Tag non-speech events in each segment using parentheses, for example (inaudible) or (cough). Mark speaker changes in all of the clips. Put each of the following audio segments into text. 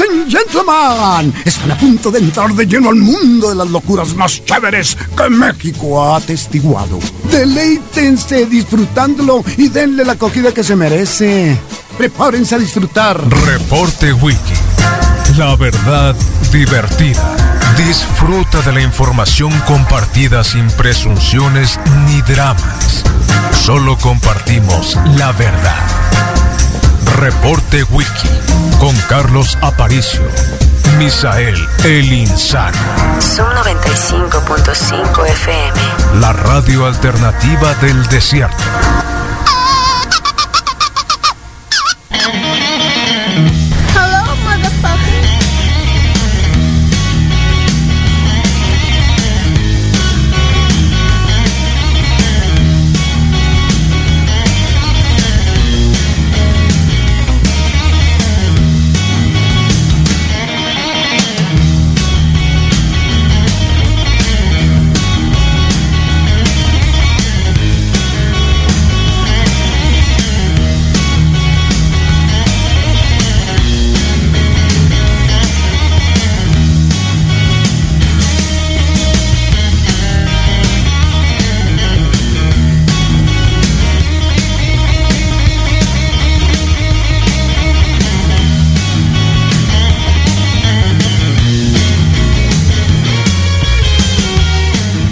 Speaker 1: and gentlemen, están a punto de entrar de lleno al mundo de las locuras más chéveres que México ha atestiguado. Deleítense disfrutándolo y denle la acogida que se merece. Prepárense a disfrutar.
Speaker 2: Reporte Wiki. La verdad divertida. Disfruta de la información compartida sin presunciones ni dramas. Solo compartimos la verdad. Reporte Wiki con Carlos Aparicio. Misael El Insano.
Speaker 3: Son 95.5 FM.
Speaker 2: La radio alternativa del desierto.
Speaker 4: Hello, motherfucker.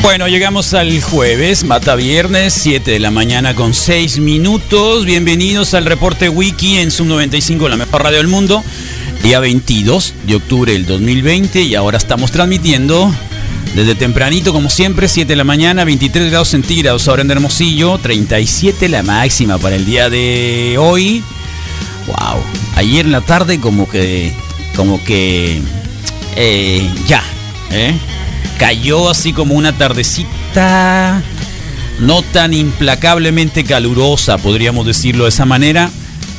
Speaker 5: Bueno, llegamos al jueves, mata viernes, 7 de la mañana con 6 minutos. Bienvenidos al reporte Wiki en Sub 95, la mejor radio del mundo. Día 22 de octubre del 2020 y ahora estamos transmitiendo desde tempranito, como siempre, 7 de la mañana, 23 grados centígrados ahora en Hermosillo, 37 la máxima para el día de hoy. Wow, ayer en la tarde como que, como que, eh, ya, ¿eh? cayó así como una tardecita no tan implacablemente calurosa, podríamos decirlo de esa manera,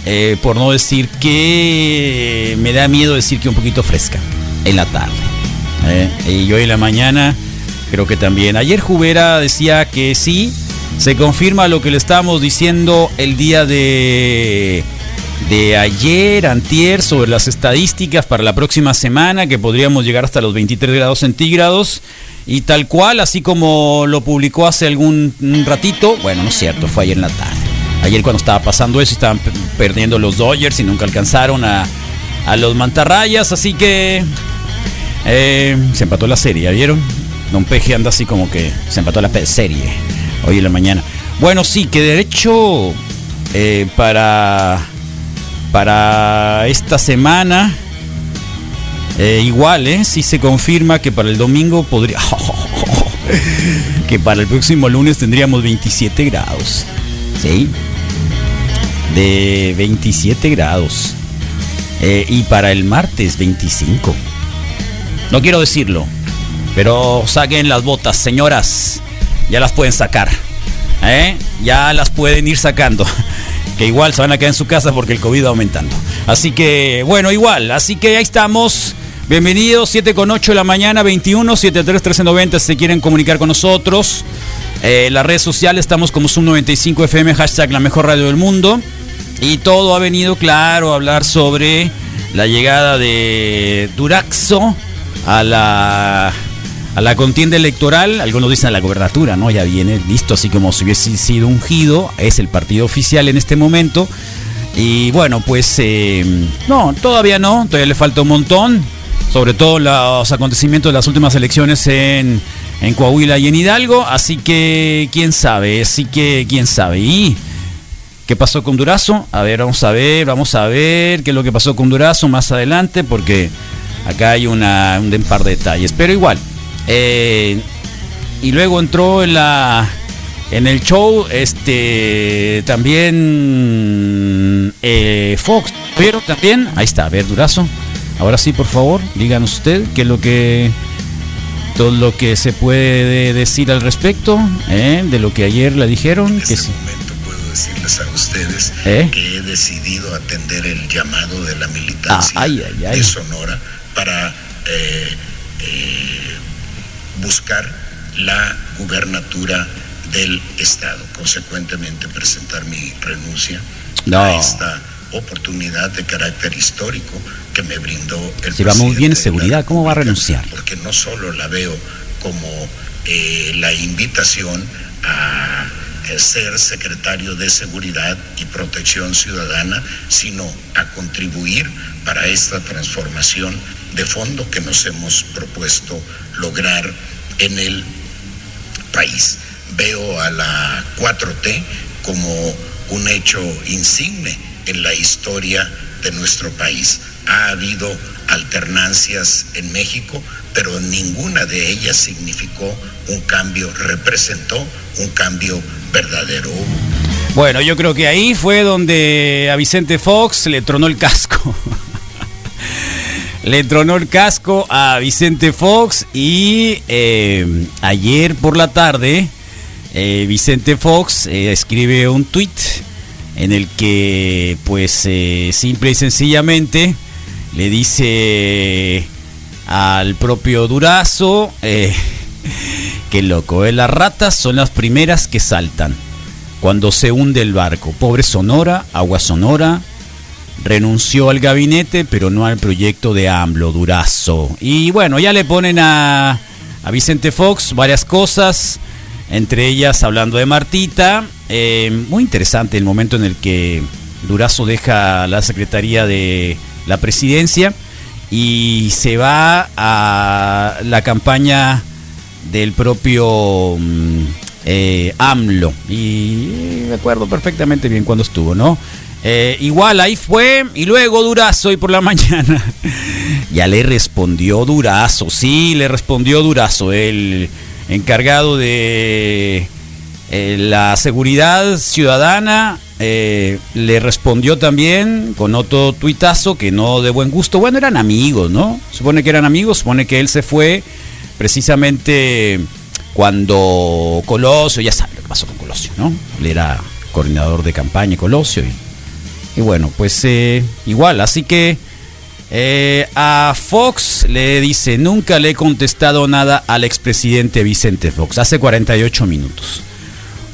Speaker 5: eh, por no decir que me da miedo decir que un poquito fresca en la tarde. ¿eh? Y hoy en la mañana creo que también. Ayer Jubera decía que sí, se confirma lo que le estábamos diciendo el día de de ayer, antier, sobre las estadísticas para la próxima semana, que podríamos llegar hasta los 23 grados centígrados. Y tal cual, así como lo publicó hace algún un ratito, bueno, no es cierto, fue ayer en la tarde. Ayer cuando estaba pasando eso, estaban pe- perdiendo los Dodgers y nunca alcanzaron a, a los mantarrayas, así que eh, se empató la serie, ¿ya vieron? Don Peje anda así como que se empató la pe- serie hoy en la mañana. Bueno, sí, que derecho eh, para, para esta semana, eh, igual, ¿eh? Si se confirma que para el domingo podría... (laughs) que para el próximo lunes tendríamos 27 grados. ¿Sí? De 27 grados. Eh, y para el martes 25. No quiero decirlo, pero saquen las botas, señoras. Ya las pueden sacar. ¿eh? Ya las pueden ir sacando. (laughs) Que igual se van a quedar en su casa porque el COVID va aumentando. Así que, bueno, igual. Así que ahí estamos. Bienvenidos, 7 con 8 de la mañana, 21, 73 1390 si se quieren comunicar con nosotros. Eh, las redes sociales estamos como Zoom95FM, hashtag la mejor radio del mundo. Y todo ha venido claro a hablar sobre la llegada de Duraxo a la, a la contienda electoral. Algunos dicen a la gobernatura, ¿no? Ya viene listo, así como si hubiese sido ungido. Es el partido oficial en este momento. Y bueno, pues eh, no, todavía no, todavía le falta un montón. Sobre todo los acontecimientos de las últimas elecciones en, en Coahuila y en Hidalgo. Así que quién sabe, así que quién sabe. Y ¿Qué pasó con Durazo? A ver, vamos a ver, vamos a ver qué es lo que pasó con Durazo más adelante, porque acá hay una, un de- par de detalles. Pero igual. eh, y luego entró en la. En el show, este también eh, Fox. Pero también, ahí está, a ver, Durazo. Ahora sí, por favor, díganos usted qué es lo que todo lo que se puede decir al respecto, ¿eh? de lo que ayer le dijeron. que sí.
Speaker 6: momento puedo decirles a ustedes
Speaker 5: ¿Eh?
Speaker 6: que he decidido atender el llamado de la militancia
Speaker 5: Ah, ay, ay, ay.
Speaker 6: de Sonora para eh, eh, buscar la gubernatura del Estado. Consecuentemente, presentar mi renuncia
Speaker 5: No.
Speaker 6: a esta oportunidad de carácter histórico que me brindó el
Speaker 5: Si va muy
Speaker 6: presidente de
Speaker 5: bien
Speaker 6: la
Speaker 5: seguridad, ¿cómo va a
Speaker 6: República,
Speaker 5: renunciar?
Speaker 6: Porque no solo la veo como eh, la invitación a eh, ser secretario de Seguridad y Protección Ciudadana, sino a contribuir para esta transformación de fondo que nos hemos propuesto lograr en el país. Veo a la 4T como un hecho insigne en la historia de nuestro país. Ha habido alternancias en México, pero ninguna de ellas significó un cambio, representó un cambio verdadero.
Speaker 5: Bueno, yo creo que ahí fue donde a Vicente Fox le tronó el casco. (laughs) le tronó el casco a Vicente Fox y eh, ayer por la tarde eh, Vicente Fox eh, escribe un tweet en el que pues eh, simple y sencillamente le dice al propio Durazo eh, (laughs) que loco, eh, las ratas son las primeras que saltan cuando se hunde el barco. Pobre Sonora, agua Sonora, renunció al gabinete, pero no al proyecto de AMLO, Durazo. Y bueno, ya le ponen a, a Vicente Fox varias cosas, entre ellas hablando de Martita. Eh, muy interesante el momento en el que Durazo deja la Secretaría de la Presidencia y se va a la campaña del propio mm, eh, AMLO. Y recuerdo perfectamente bien cuando estuvo, ¿no? Eh, igual ahí fue y luego Durazo y por la (laughs) mañana ya le respondió Durazo, sí, le respondió Durazo, el encargado de eh, la seguridad ciudadana eh, le respondió también con otro tuitazo que no de buen gusto. Bueno, eran amigos, ¿no? Supone que eran amigos, supone que él se fue precisamente cuando Colosio, ya sabe lo que pasó con Colosio, ¿no? Él era coordinador de campaña Colosio y, y bueno, pues eh, igual, así que eh, a Fox le dice, nunca le he contestado nada al expresidente Vicente Fox, hace 48 minutos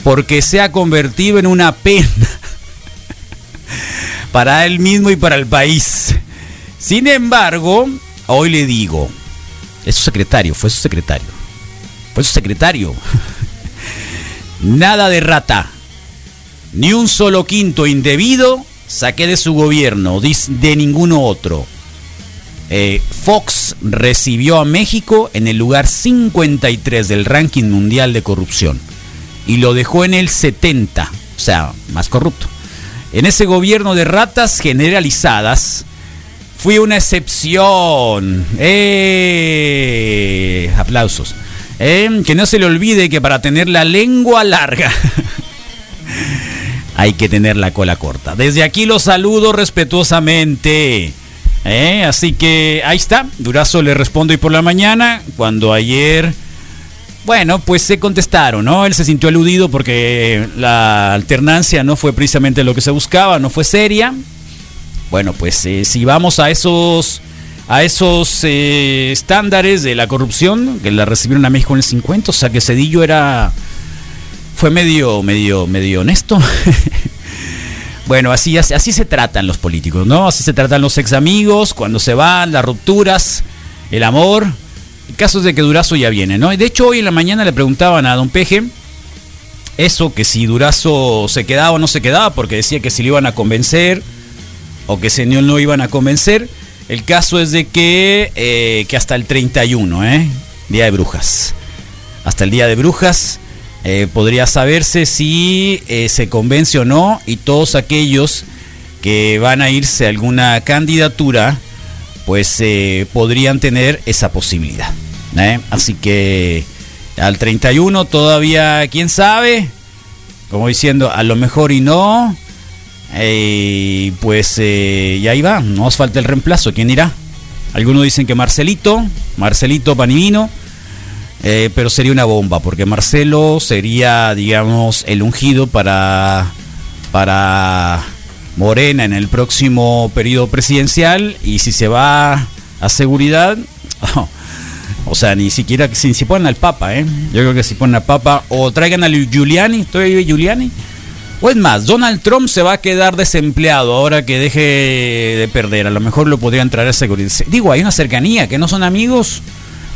Speaker 5: porque se ha convertido en una pena (laughs) para él mismo y para el país. Sin embargo, hoy le digo, es su secretario, fue su secretario, fue su secretario. (laughs) Nada de rata, ni un solo quinto indebido saqué de su gobierno, dis- de ninguno otro. Eh, Fox recibió a México en el lugar 53 del ranking mundial de corrupción y lo dejó en el 70, o sea, más corrupto. En ese gobierno de ratas generalizadas, fui una excepción. ¡Eh! Aplausos. Eh, Que no se le olvide que para tener la lengua larga (laughs) hay que tener la cola corta. Desde aquí los saludo respetuosamente. Eh, Así que ahí está. Durazo le respondo hoy por la mañana, cuando ayer... Bueno, pues se contestaron, ¿no? Él se sintió aludido porque la alternancia no fue precisamente lo que se buscaba, no fue seria. Bueno, pues eh, si vamos a esos a esos eh, estándares de la corrupción que la recibieron a México en el 50, o sea que Cedillo era fue medio medio medio honesto. (laughs) Bueno, así, así, así se tratan los políticos, ¿no? Así se tratan los ex amigos, cuando se van, las rupturas, el amor. Casos de que Durazo ya viene, ¿no? Y De hecho, hoy en la mañana le preguntaban a Don Peje eso, que si Durazo se quedaba o no se quedaba, porque decía que si lo iban a convencer o que si no lo iban a convencer. El caso es de que, eh, que hasta el 31, ¿eh? Día de Brujas hasta el día de brujas. eh, podría saberse si eh, se convence o no y todos aquellos que van a irse a alguna candidatura pues eh, podrían tener esa posibilidad. ¿eh? Así que al 31 todavía quién sabe, como diciendo a lo mejor y no, eh, pues eh, ya ahí va, nos falta el reemplazo, ¿quién irá? Algunos dicen que Marcelito, Marcelito Panivino, eh, pero sería una bomba, porque Marcelo sería, digamos, el ungido para, para Morena en el próximo periodo presidencial. Y si se va a seguridad, (laughs) o sea, ni siquiera que si, si ponen al Papa, ¿eh? Yo creo que si ponen al Papa, o traigan a Giuliani, estoy Giuliani, O es más, Donald Trump se va a quedar desempleado ahora que deje de perder. A lo mejor lo podrían traer a seguridad. Digo, hay una cercanía, que no son amigos.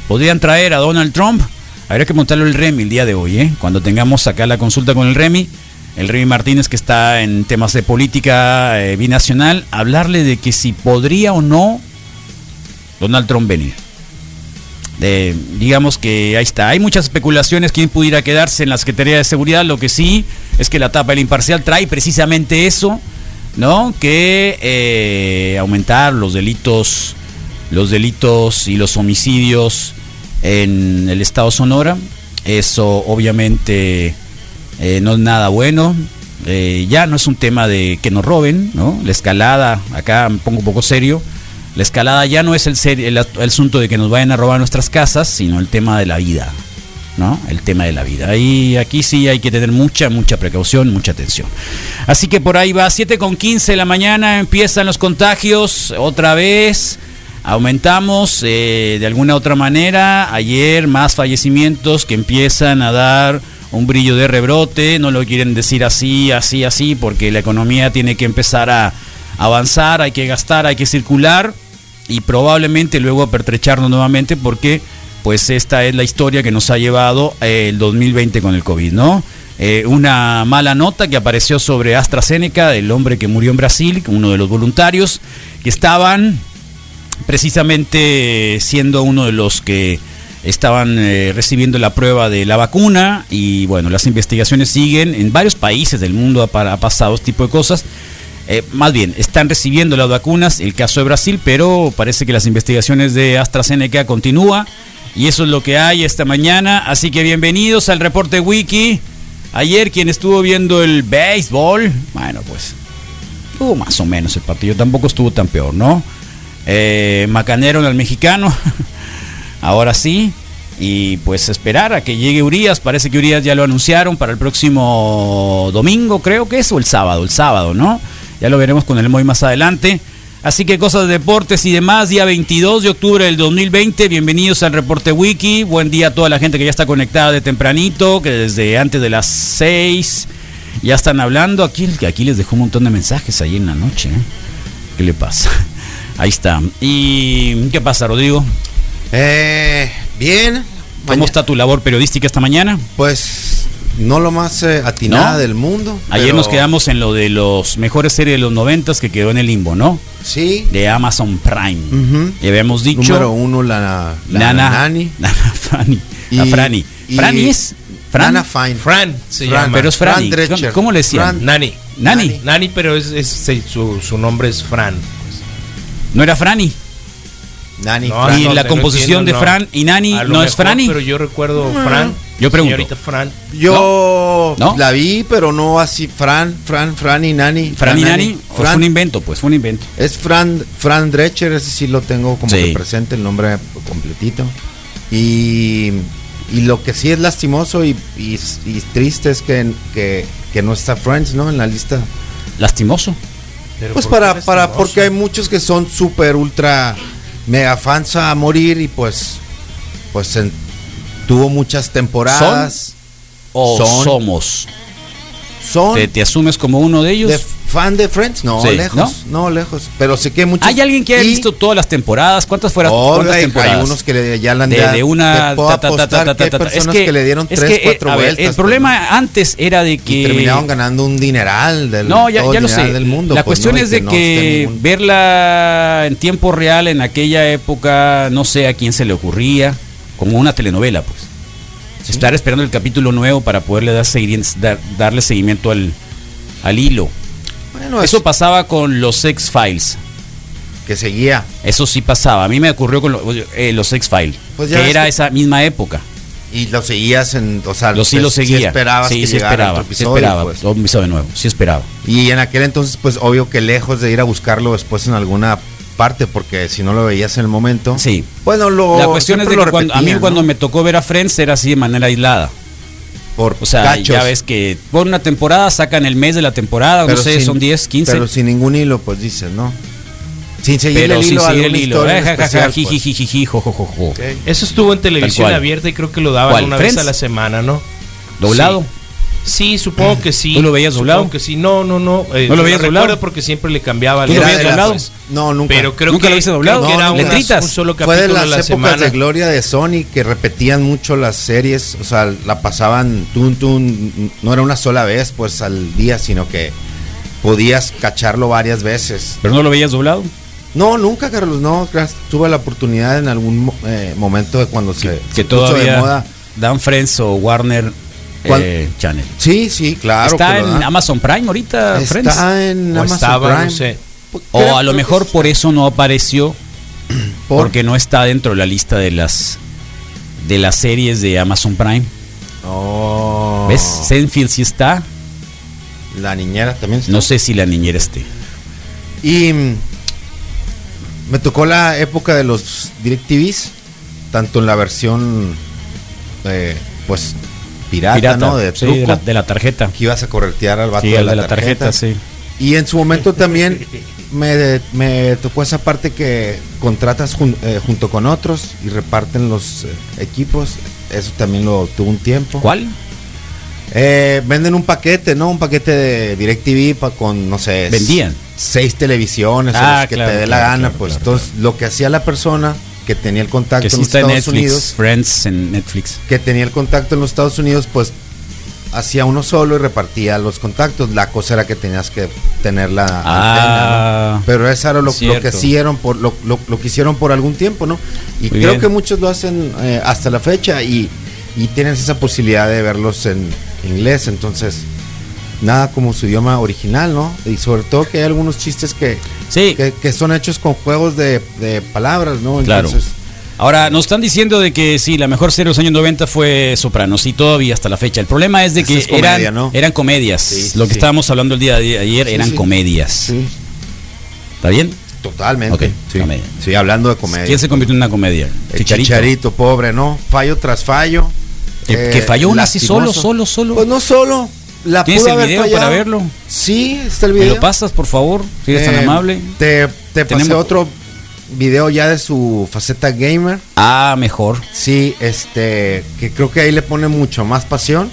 Speaker 5: Podrían traer a Donald Trump. Habría que montarlo el Remy el día de hoy, ¿eh? Cuando tengamos acá la consulta con el Remy. El Remy Martínez, que está en temas de política eh, binacional, hablarle de que si podría o no Donald Trump venir. De, digamos que ahí está. Hay muchas especulaciones quién pudiera quedarse en la Secretaría de Seguridad. Lo que sí es que la tapa del imparcial trae precisamente eso, ¿no? Que eh, aumentar los delitos, los delitos y los homicidios en el Estado Sonora. Eso obviamente eh, no es nada bueno. Eh, ya no es un tema de que nos roben, ¿no? La escalada, acá me pongo un poco serio. La escalada ya no es el, ser- el at- el asunto de que nos vayan a robar nuestras casas, sino el tema de la vida, ¿no? El tema de la vida. Y aquí sí hay que tener mucha, mucha precaución, mucha atención. Así que por ahí va, 7 con 15 de la mañana empiezan los contagios otra vez. Aumentamos eh, de alguna otra manera. Ayer más fallecimientos que empiezan a dar un brillo de rebrote. No lo quieren decir así, así, así, porque la economía tiene que empezar a avanzar, hay que gastar, hay que circular y probablemente luego pertrecharnos nuevamente porque pues esta es la historia que nos ha llevado eh, el 2020 con el COVID, ¿no? Eh, una mala nota que apareció sobre AstraZeneca, el hombre que murió en Brasil, uno de los voluntarios, que estaban precisamente siendo uno de los que estaban eh, recibiendo la prueba de la vacuna y bueno, las investigaciones siguen, en varios países del mundo ha, pa- ha pasado este tipo de cosas. Eh, más bien, están recibiendo las vacunas, el caso de Brasil, pero parece que las investigaciones de AstraZeneca continúa y eso es lo que hay esta mañana, así que bienvenidos al reporte Wiki. Ayer quien estuvo viendo el béisbol, bueno pues estuvo más o menos el partido, tampoco estuvo tan peor, ¿no? Eh, macanearon al mexicano, (laughs) ahora sí, y pues esperar a que llegue Urias, parece que Urias ya lo anunciaron para el próximo domingo, creo que es, o el sábado, el sábado, ¿no? Ya lo veremos con el Moy más adelante. Así que cosas de deportes y demás, día 22 de octubre del 2020, bienvenidos al Reporte Wiki, buen día a toda la gente que ya está conectada de tempranito, que desde antes de las 6 ya están hablando, aquí, aquí les dejó un montón de mensajes ahí en la noche, ¿eh? ¿Qué le pasa? (laughs) Ahí está. ¿Y qué pasa, Rodrigo?
Speaker 7: Eh, bien.
Speaker 5: ¿Cómo
Speaker 7: Maña-
Speaker 5: está tu labor periodística esta mañana?
Speaker 7: Pues no lo más eh, atinada
Speaker 5: No.
Speaker 7: del mundo.
Speaker 5: Ayer
Speaker 7: pero
Speaker 5: nos quedamos en lo de los mejores series de los noventas que quedó en el limbo, ¿no?
Speaker 7: Sí.
Speaker 5: De Amazon Prime.
Speaker 7: Ujú.
Speaker 5: Y habíamos dicho...
Speaker 7: Número uno, la, la
Speaker 5: Nana,
Speaker 7: Nani.
Speaker 5: (laughs) Nana Franny. la
Speaker 7: Y-
Speaker 5: Franny.
Speaker 7: y-
Speaker 5: ¿Frani es? ¿Fran?
Speaker 7: Nana Fine.
Speaker 8: Fran se
Speaker 7: Fran,
Speaker 8: llama.
Speaker 5: pero es
Speaker 7: Fran
Speaker 5: Franny.
Speaker 7: Drescher.
Speaker 5: ¿Cómo- cómo le decían?
Speaker 7: Fran-
Speaker 8: Nani.
Speaker 5: Nani.
Speaker 8: Nani, pero es, es- se- su, su nombre es Fran.
Speaker 5: No era Franny.
Speaker 7: Nani.
Speaker 8: No, Ah,
Speaker 7: Fran.
Speaker 5: Y
Speaker 8: no,
Speaker 5: la
Speaker 8: no
Speaker 5: composición
Speaker 8: entiendo,
Speaker 5: de
Speaker 8: no.
Speaker 5: Fran y Nani
Speaker 8: A lo
Speaker 5: no es
Speaker 8: mejor,
Speaker 5: Franny.
Speaker 8: Pero yo recuerdo
Speaker 7: Mm.
Speaker 8: Fran.
Speaker 5: Yo pregunto.
Speaker 8: Señorita Fran.
Speaker 7: Yo
Speaker 5: ¿No? ¿No?
Speaker 7: la vi, pero no así. Fran, Fran, Fran y Nani.
Speaker 5: Fran y Nani. o Fue
Speaker 7: Fran-
Speaker 5: un invento, pues, fue un invento.
Speaker 7: es Fran, Fran Drescher, ese sí lo tengo como
Speaker 5: Sí.
Speaker 7: que presente, el nombre completito. Y, y lo que sí es lastimoso y, y- y triste es que, que, que no está Friends, ¿no? En la lista.
Speaker 5: Lastimoso.
Speaker 8: Pero
Speaker 7: Pues
Speaker 8: ¿por qué
Speaker 7: para,
Speaker 8: eres
Speaker 7: para,
Speaker 8: celoso?
Speaker 7: porque hay muchos que son súper, ultra, mega fans a morir y pues, pues en- tuvo muchas temporadas.
Speaker 5: O
Speaker 7: Son.
Speaker 5: somos.
Speaker 7: Son,
Speaker 5: ¿Te, te asumes como uno de ellos?
Speaker 7: de fan de Friends, no,
Speaker 5: Sí,
Speaker 7: lejos, ¿no? lejos. Pero sé que hay muchos.
Speaker 5: ¿Hay alguien que haya
Speaker 7: y-
Speaker 5: visto todas las temporadas? ¿Cuántas fueron?
Speaker 7: Oh,
Speaker 5: ¿Cuántas
Speaker 7: hay-
Speaker 5: temporadas?
Speaker 7: Hay unos que le, ya la han
Speaker 5: de,
Speaker 7: dado-
Speaker 5: de una
Speaker 7: te puedo
Speaker 5: ta, ta, ta,
Speaker 7: apostar
Speaker 5: ta,
Speaker 7: que hay
Speaker 5: ta, ta.
Speaker 7: personas que, le dieron
Speaker 5: es
Speaker 7: tres,
Speaker 5: que, eh,
Speaker 7: cuatro
Speaker 5: a ver,
Speaker 7: vueltas.
Speaker 5: el problema antes era de
Speaker 7: pero-
Speaker 5: que
Speaker 7: y terminaron ganando un dineral del
Speaker 5: no, ya,
Speaker 7: todo el
Speaker 5: ya lo
Speaker 7: dineral
Speaker 5: sé.
Speaker 7: del mundo.
Speaker 5: la
Speaker 7: pues,
Speaker 5: cuestión
Speaker 7: ¿no? Y
Speaker 5: es de que,
Speaker 7: no esté ningún-
Speaker 5: verla en tiempo real en aquella época, no sé a quién se le ocurría, como una telenovela, pues. Estar esperando el capítulo nuevo para poderle dar, seguir- dar- darle seguimiento al, al hilo.
Speaker 7: Bueno,
Speaker 5: Eso
Speaker 7: es-
Speaker 5: pasaba con los X-Files.
Speaker 7: que seguía.
Speaker 5: Eso sí pasaba. A mí me ocurrió con lo- eh, los X-Files,
Speaker 7: Pues ya
Speaker 5: que
Speaker 7: ves
Speaker 5: era
Speaker 7: que-
Speaker 5: esa misma época.
Speaker 7: Y lo seguías en, o sea,
Speaker 5: Los sí
Speaker 7: pues,
Speaker 5: lo seguía.
Speaker 7: Sí esperabas
Speaker 5: sí,
Speaker 7: que
Speaker 5: sí
Speaker 7: llegara
Speaker 5: esperaba.
Speaker 7: otro
Speaker 5: sí
Speaker 7: episodio,
Speaker 5: esperaba.
Speaker 7: pues.
Speaker 5: otro episodio nuevo. Sí esperaba.
Speaker 7: Y en aquel entonces, pues obvio que lejos de ir a buscarlo después en alguna parte, porque si no lo veías en el momento.
Speaker 5: Sí.
Speaker 7: Bueno, lo.
Speaker 5: la cuestión es de
Speaker 7: siempre
Speaker 5: que
Speaker 7: lo
Speaker 5: cuando- a mí
Speaker 7: repetían,
Speaker 5: cuando
Speaker 7: ¿no?
Speaker 5: me tocó ver a Friends era así de manera aislada.
Speaker 7: Por
Speaker 5: O sea,
Speaker 7: cachos.
Speaker 5: ya ves que por una temporada sacan el mes de la temporada, no
Speaker 7: Pero
Speaker 5: sé,
Speaker 7: sin-
Speaker 5: son 10, 15.
Speaker 7: Pero sin ningún hilo, pues dices, ¿no? Sin seguir
Speaker 5: Pero
Speaker 7: el
Speaker 5: sin
Speaker 7: hilo.
Speaker 5: seguir el
Speaker 7: alguna
Speaker 5: hilo.
Speaker 7: historia
Speaker 5: eh,
Speaker 7: en
Speaker 5: ja, ja, ja,
Speaker 7: especial,
Speaker 5: ji,
Speaker 7: pues.
Speaker 5: ji, ji, ji, ji, jo, jo, jo, jo.
Speaker 7: Ok.
Speaker 8: Eso estuvo en televisión
Speaker 5: cual.
Speaker 8: abierta y creo que lo daban
Speaker 5: ¿Cuál?
Speaker 8: una
Speaker 5: ¿Friends?
Speaker 8: vez a la semana, ¿no?
Speaker 5: Doblado.
Speaker 8: Sí. Sí, supongo que sí.
Speaker 5: ¿Tú lo veías
Speaker 8: Supongo
Speaker 5: doblado?
Speaker 8: que sí. No, no, no. eh,
Speaker 5: ¿No lo
Speaker 8: yo
Speaker 5: veías doblado?
Speaker 8: recuerdo porque siempre le cambiaba.
Speaker 5: ¿Tú lo
Speaker 8: la-
Speaker 5: veías
Speaker 8: la-
Speaker 5: doblado?
Speaker 7: No, nunca.
Speaker 8: Pero creo
Speaker 5: ¿Nunca
Speaker 8: que
Speaker 5: lo viste doblado?
Speaker 8: creo que era
Speaker 7: No,
Speaker 8: una-
Speaker 5: letritas.
Speaker 8: un solo
Speaker 7: Fue de
Speaker 8: capítulo a
Speaker 7: las
Speaker 8: la
Speaker 7: épocas
Speaker 8: semana.
Speaker 7: de gloria de Sony que repetían mucho las series, o sea, la pasaban tun tun, no era una sola vez pues al día, sino que podías cacharlo varias veces.
Speaker 5: Pero no lo veías doblado.
Speaker 7: No, nunca Carlos, no, gra- tuve la oportunidad en algún mo- eh, momento de cuando se,
Speaker 5: Que
Speaker 7: se puso de
Speaker 5: todavía
Speaker 7: moda.
Speaker 5: Dan Friends o Warner
Speaker 7: ¿Cuál?
Speaker 5: eh, Channel.
Speaker 7: Sí, sí, claro.
Speaker 5: está
Speaker 7: que lo
Speaker 5: en
Speaker 7: dan.
Speaker 5: Amazon Prime ahorita, Friends.
Speaker 7: Está en
Speaker 8: O
Speaker 7: Amazon
Speaker 8: estaba,
Speaker 7: Prime.
Speaker 8: no sé.
Speaker 5: O a lo mejor por eso no apareció,
Speaker 7: ¿Por?
Speaker 5: porque no está dentro de la lista de las de las series de Amazon Prime.
Speaker 7: Oh.
Speaker 5: ¿Ves? Seinfeld sí está.
Speaker 7: La niñera también. está.
Speaker 5: No sé si la niñera esté.
Speaker 7: Y mm, me tocó la época de los DirecTVs, tanto en la versión, eh, pues, pirata, ¿no? De
Speaker 5: sí,
Speaker 7: truco,
Speaker 5: de, la, de la tarjeta.
Speaker 7: que ibas a corretear al vato
Speaker 5: Sí,
Speaker 7: de,
Speaker 5: el
Speaker 7: la
Speaker 5: de la tarjeta, sí.
Speaker 7: Y en su momento también me, me tocó esa parte que contratas jun- eh, junto con otros y reparten los eh, equipos. Eso también lo tuvo un tiempo.
Speaker 5: ¿Cuál?
Speaker 7: Eh, venden un paquete, ¿no? Un paquete de DirecTV pa- con, no sé.
Speaker 5: Vendían.
Speaker 7: Seis televisiones, o
Speaker 5: Ah,
Speaker 7: los que
Speaker 5: claro,
Speaker 7: te dé la
Speaker 5: claro,
Speaker 7: gana.
Speaker 5: claro,
Speaker 7: pues
Speaker 5: claro,
Speaker 7: entonces, lo que hacía la persona que tenía el contacto
Speaker 5: Que sí
Speaker 7: en los
Speaker 5: está en
Speaker 7: Estados
Speaker 5: Netflix.
Speaker 7: Unidos,
Speaker 5: Friends en Netflix.
Speaker 7: que tenía el contacto en los Estados Unidos, pues hacía uno solo y repartía los contactos. La cosa era que tenías que tener la
Speaker 5: Ah,
Speaker 7: antena, ¿no? Pero eso era lo, lo
Speaker 5: cierto.
Speaker 7: que hicieron por lo, lo- lo que hicieron por algún tiempo, ¿no? Y
Speaker 5: Muy
Speaker 7: creo
Speaker 5: bien.
Speaker 7: que muchos lo hacen eh, hasta la fecha y, y tienes esa posibilidad de verlos en inglés, entonces nada como su idioma original, ¿no? Y sobre todo que hay algunos chistes que,
Speaker 5: Sí.
Speaker 7: que, que son hechos con juegos de, de palabras, ¿no?
Speaker 5: Claro.
Speaker 7: Entonces,
Speaker 5: Ahora, nos están diciendo de que sí, la mejor serie de los años 90 fue Sopranos, y todavía hasta la fecha. El problema es de
Speaker 7: Esa
Speaker 5: que
Speaker 7: es comedia,
Speaker 5: eran,
Speaker 7: ¿no?
Speaker 5: eran comedias.
Speaker 7: Sí, sí,
Speaker 5: Lo que
Speaker 7: sí.
Speaker 5: estábamos hablando el día de ayer
Speaker 7: Sí,
Speaker 5: eran
Speaker 7: sí.
Speaker 5: comedias.
Speaker 7: sí,
Speaker 5: ¿Está bien?
Speaker 7: totalmente.
Speaker 5: Ok,
Speaker 7: sí.
Speaker 5: comedia.
Speaker 7: Sí, hablando de comedia.
Speaker 5: ¿Quién se convirtió en una comedia?
Speaker 7: El Chicharito. pobre, ¿no? Fallo tras fallo. Eh,
Speaker 5: Que- que falló una así
Speaker 7: lastimoso.
Speaker 5: solo, solo, solo.
Speaker 7: Pues no solo. La
Speaker 5: ¿Tienes
Speaker 7: pudo
Speaker 5: el
Speaker 7: haber
Speaker 5: video para
Speaker 7: fallado.
Speaker 5: verlo?
Speaker 7: Sí, está el
Speaker 5: ¿Me
Speaker 7: video.
Speaker 5: lo pasas, por favor? Si eres tan
Speaker 7: Eh,
Speaker 5: amable.
Speaker 7: Te, te pasé
Speaker 5: Tenemos-
Speaker 7: otro video ya de su faceta gamer.
Speaker 5: Ah, mejor.
Speaker 7: Sí, este, que creo que ahí le pone mucho más pasión.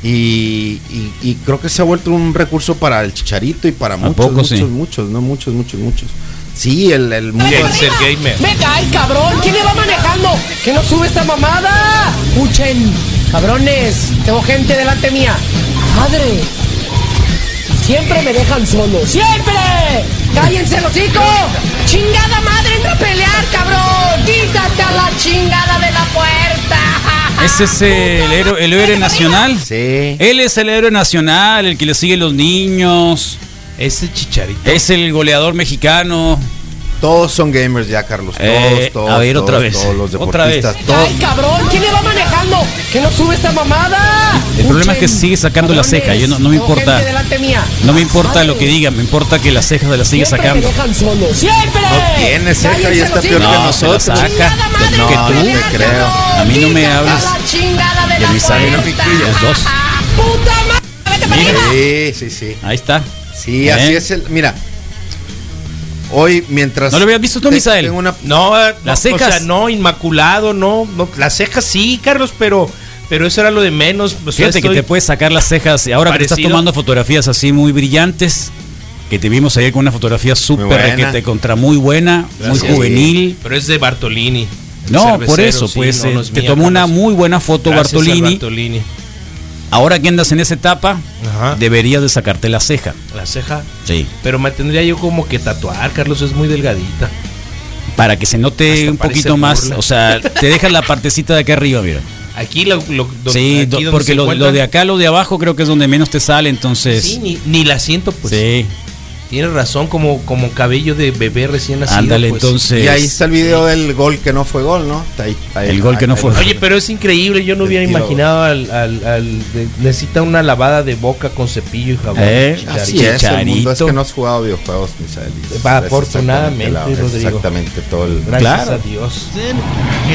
Speaker 7: Y, y- y creo que se ha vuelto un recurso para el chicharito y para muchos,
Speaker 5: poco,
Speaker 7: muchos,
Speaker 5: sí?
Speaker 7: muchos, no muchos, muchos, muchos. Sí, el, el mundo.
Speaker 8: El ser gamer.
Speaker 9: Venga, ay, cabrón, ¿quién le va manejando? ¿Que no sube esta mamada? Puchen, cabrones, tengo gente delante mía. Madre, siempre me dejan solo, siempre. Cállense los hocico. Chingada madre, entra a pelear, cabrón. Quítate a la chingada de la puerta.
Speaker 5: Ese es el héroe, el héroe nacional.
Speaker 7: Sí.
Speaker 5: Él es el héroe nacional, el que le sigue los niños.
Speaker 8: Ese chicharito.
Speaker 5: Es el goleador mexicano.
Speaker 7: Todos son gamers ya, Carlos. Todos,
Speaker 5: Eh,
Speaker 7: todos.
Speaker 5: a ver,
Speaker 7: todos,
Speaker 5: otra vez.
Speaker 7: Todos los
Speaker 5: Otra vez.
Speaker 7: deportistas.
Speaker 9: Ay,
Speaker 7: Todos.
Speaker 9: cabrón, ¿quién le va manejando? ¿Que no sube esta mamada?
Speaker 5: El problema es que
Speaker 9: Puchen,
Speaker 5: sigue sacando la
Speaker 9: cabrones,
Speaker 5: ceja, yo no- no me
Speaker 9: tengo
Speaker 5: importa.
Speaker 9: gente delante mía.
Speaker 5: No me importa
Speaker 9: Madre.
Speaker 5: lo que diga, me importa que las cejas de las sigue
Speaker 9: Siempre
Speaker 5: sacando.
Speaker 9: me dejan solo, ¡Siempre!
Speaker 7: No tiene ceja y
Speaker 9: Cállense
Speaker 7: está
Speaker 9: los
Speaker 7: peor que
Speaker 9: hijos.
Speaker 5: No, se la nosotros. saca.
Speaker 9: Chingada madre,
Speaker 5: No,
Speaker 9: que
Speaker 5: no
Speaker 9: tú.
Speaker 5: te
Speaker 7: creo.
Speaker 5: A mí no me
Speaker 9: Quítate
Speaker 5: hables.
Speaker 9: la chingada de
Speaker 5: Y
Speaker 9: la
Speaker 5: a mí sabe, ¿no?
Speaker 9: puerta.
Speaker 5: Los dos.
Speaker 9: ¡Puta madre! ¡Vete para
Speaker 5: Mira.
Speaker 9: arriba!
Speaker 7: Sí, sí, sí.
Speaker 5: Ahí está. ¿Eh?
Speaker 7: Sí,
Speaker 5: Bien.
Speaker 7: así es el. Mira. Hoy, mientras.
Speaker 5: ¿No lo habías visto tú,
Speaker 7: te-
Speaker 5: Misael?
Speaker 7: tengo una-
Speaker 8: No, eh, no,
Speaker 5: Las cejas.
Speaker 8: O sea, no, inmaculado, no, no, Las cejas sí, Carlos, pero, pero eso era lo de menos. o sea,
Speaker 5: Fíjate que
Speaker 8: estoy-
Speaker 5: te puedes sacar las cejas y ahora que te estás
Speaker 8: Parecido.
Speaker 5: tomando fotografías así muy brillantes. Que te vimos ayer con una fotografía súper
Speaker 7: buena.
Speaker 5: requete contra muy buena, muy
Speaker 7: Gracias.
Speaker 5: juvenil.
Speaker 8: Pero es de Bartolini. el
Speaker 5: No, por
Speaker 8: cervecero,
Speaker 5: eso,
Speaker 8: sí,
Speaker 5: pues
Speaker 8: no, no
Speaker 5: eh,
Speaker 8: es
Speaker 5: te
Speaker 8: mía,
Speaker 5: tomó una
Speaker 8: Carlos.
Speaker 5: muy buena foto
Speaker 8: Gracias al
Speaker 5: Bartolini.
Speaker 8: Bartolini.
Speaker 5: Ahora que andas en esa etapa,
Speaker 7: Ah.
Speaker 8: Ajá.
Speaker 5: deberías de sacarte la ceja.
Speaker 8: La ceja.
Speaker 5: Sí.
Speaker 8: Pero me tendría yo como que tatuar, Carlos, es muy delgadita.
Speaker 5: Para que se note
Speaker 8: Hasta
Speaker 5: un
Speaker 8: parece
Speaker 5: poquito más.
Speaker 8: burla.
Speaker 5: O sea, te dejas la partecita de acá arriba, mira.
Speaker 8: Aquí lo, lo- do-
Speaker 5: sí,
Speaker 8: aquí
Speaker 5: do-
Speaker 8: donde
Speaker 5: porque
Speaker 8: se
Speaker 5: lo, lo
Speaker 8: encuentran-
Speaker 5: de acá, lo de abajo, creo que es donde menos te sale, entonces.
Speaker 8: Sí,
Speaker 5: Sí,
Speaker 8: ni, ni la siento, pues. Tienes razón, como, como cabello de bebé recién nacido.
Speaker 5: ándale,
Speaker 8: pues.
Speaker 5: entonces.
Speaker 7: Y ahí está el video del gol que no fue gol, ¿no? Ahí- ahí-
Speaker 5: El gol que no
Speaker 7: ahí-
Speaker 5: fue.
Speaker 7: ahí-
Speaker 8: Oye, pero es increíble, yo no
Speaker 7: El
Speaker 8: hubiera
Speaker 7: tiro.
Speaker 8: imaginado al... al- al- de- necesita una lavada de boca con cepillo y jabón.
Speaker 5: Eh,
Speaker 8: Chicharito.
Speaker 7: Así es, el mundo es
Speaker 5: Chicharito.
Speaker 7: que no has jugado videojuegos, Misael. y
Speaker 8: Va,
Speaker 7: es
Speaker 8: afortunadamente,
Speaker 7: exactamente la- es
Speaker 8: Rodrigo.
Speaker 7: Exactamente, todo el.
Speaker 8: Gracias
Speaker 5: Claro.
Speaker 8: a Dios.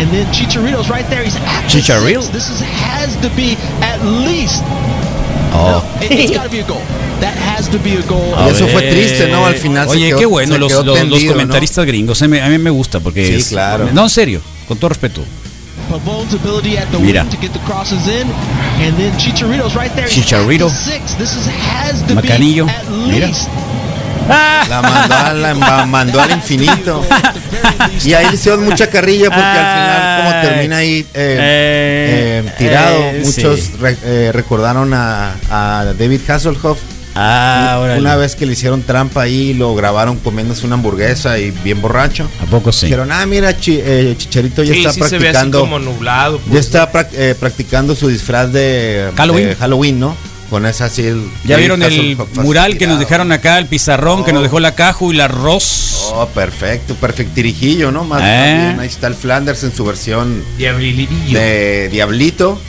Speaker 10: And then Chicharito's right there. He's at the
Speaker 5: Chicharito?
Speaker 10: six. This is, has to be at least.
Speaker 5: Oh.
Speaker 10: It, has got to be a goal. That has to be a goal.
Speaker 5: A
Speaker 7: Y eso fue triste, ¿no? Al final se
Speaker 5: Oye,
Speaker 7: quedó-
Speaker 5: qué bueno,
Speaker 7: se
Speaker 5: los,
Speaker 7: quedó
Speaker 5: los- los
Speaker 7: tendido, ¿no?
Speaker 5: comentaristas gringos. A mí, a mí me gusta porque.
Speaker 7: Sí, claro.
Speaker 5: No, en serio, con todo respeto.
Speaker 10: a vulnerability at the
Speaker 5: Mira.
Speaker 10: wing to get the crosses in. And then Chicharito's right there. He's at
Speaker 5: Chicharito.
Speaker 10: the Six. This is, has to
Speaker 5: Macanillo.
Speaker 10: be at
Speaker 5: Mira.
Speaker 10: least
Speaker 7: La mandó, a
Speaker 5: (laughs)
Speaker 7: la ma- mandó al infinito. Y ahí le hicieron mucha carrilla porque al final, como termina ahí eh,
Speaker 5: Eh,
Speaker 7: eh, tirado,
Speaker 5: eh,
Speaker 7: muchos
Speaker 5: sí.
Speaker 7: re- eh, recordaron a, a David Hasselhoff.
Speaker 5: Ah, órale.
Speaker 7: Una vez que le hicieron trampa ahí, lo grabaron comiéndose una hamburguesa y bien borracho.
Speaker 5: ¿A poco sí?
Speaker 7: Dijeron, ah, mira, Chi- eh, Chicharito ya
Speaker 8: Sí,
Speaker 7: está
Speaker 8: sí se ve así
Speaker 7: practicando.
Speaker 8: como nublado.
Speaker 7: Ya
Speaker 8: pues.
Speaker 7: está prac- eh, practicando su disfraz de
Speaker 5: Halloween.
Speaker 7: de Halloween, ¿no? Con esa así el.
Speaker 5: ¿Ya vieron el
Speaker 7: Hasselhoff así
Speaker 5: mural que nos
Speaker 7: tirado.
Speaker 5: dejaron acá, el pizarrón que
Speaker 7: Oh.
Speaker 5: nos dejó la caju y la arroz?
Speaker 7: Oh, perfecto, perfectirijillo, ¿no? Más, más
Speaker 5: Eh.
Speaker 7: bien, ahí está el Flanders en su versión
Speaker 8: Diablililillo.
Speaker 7: de Diablito.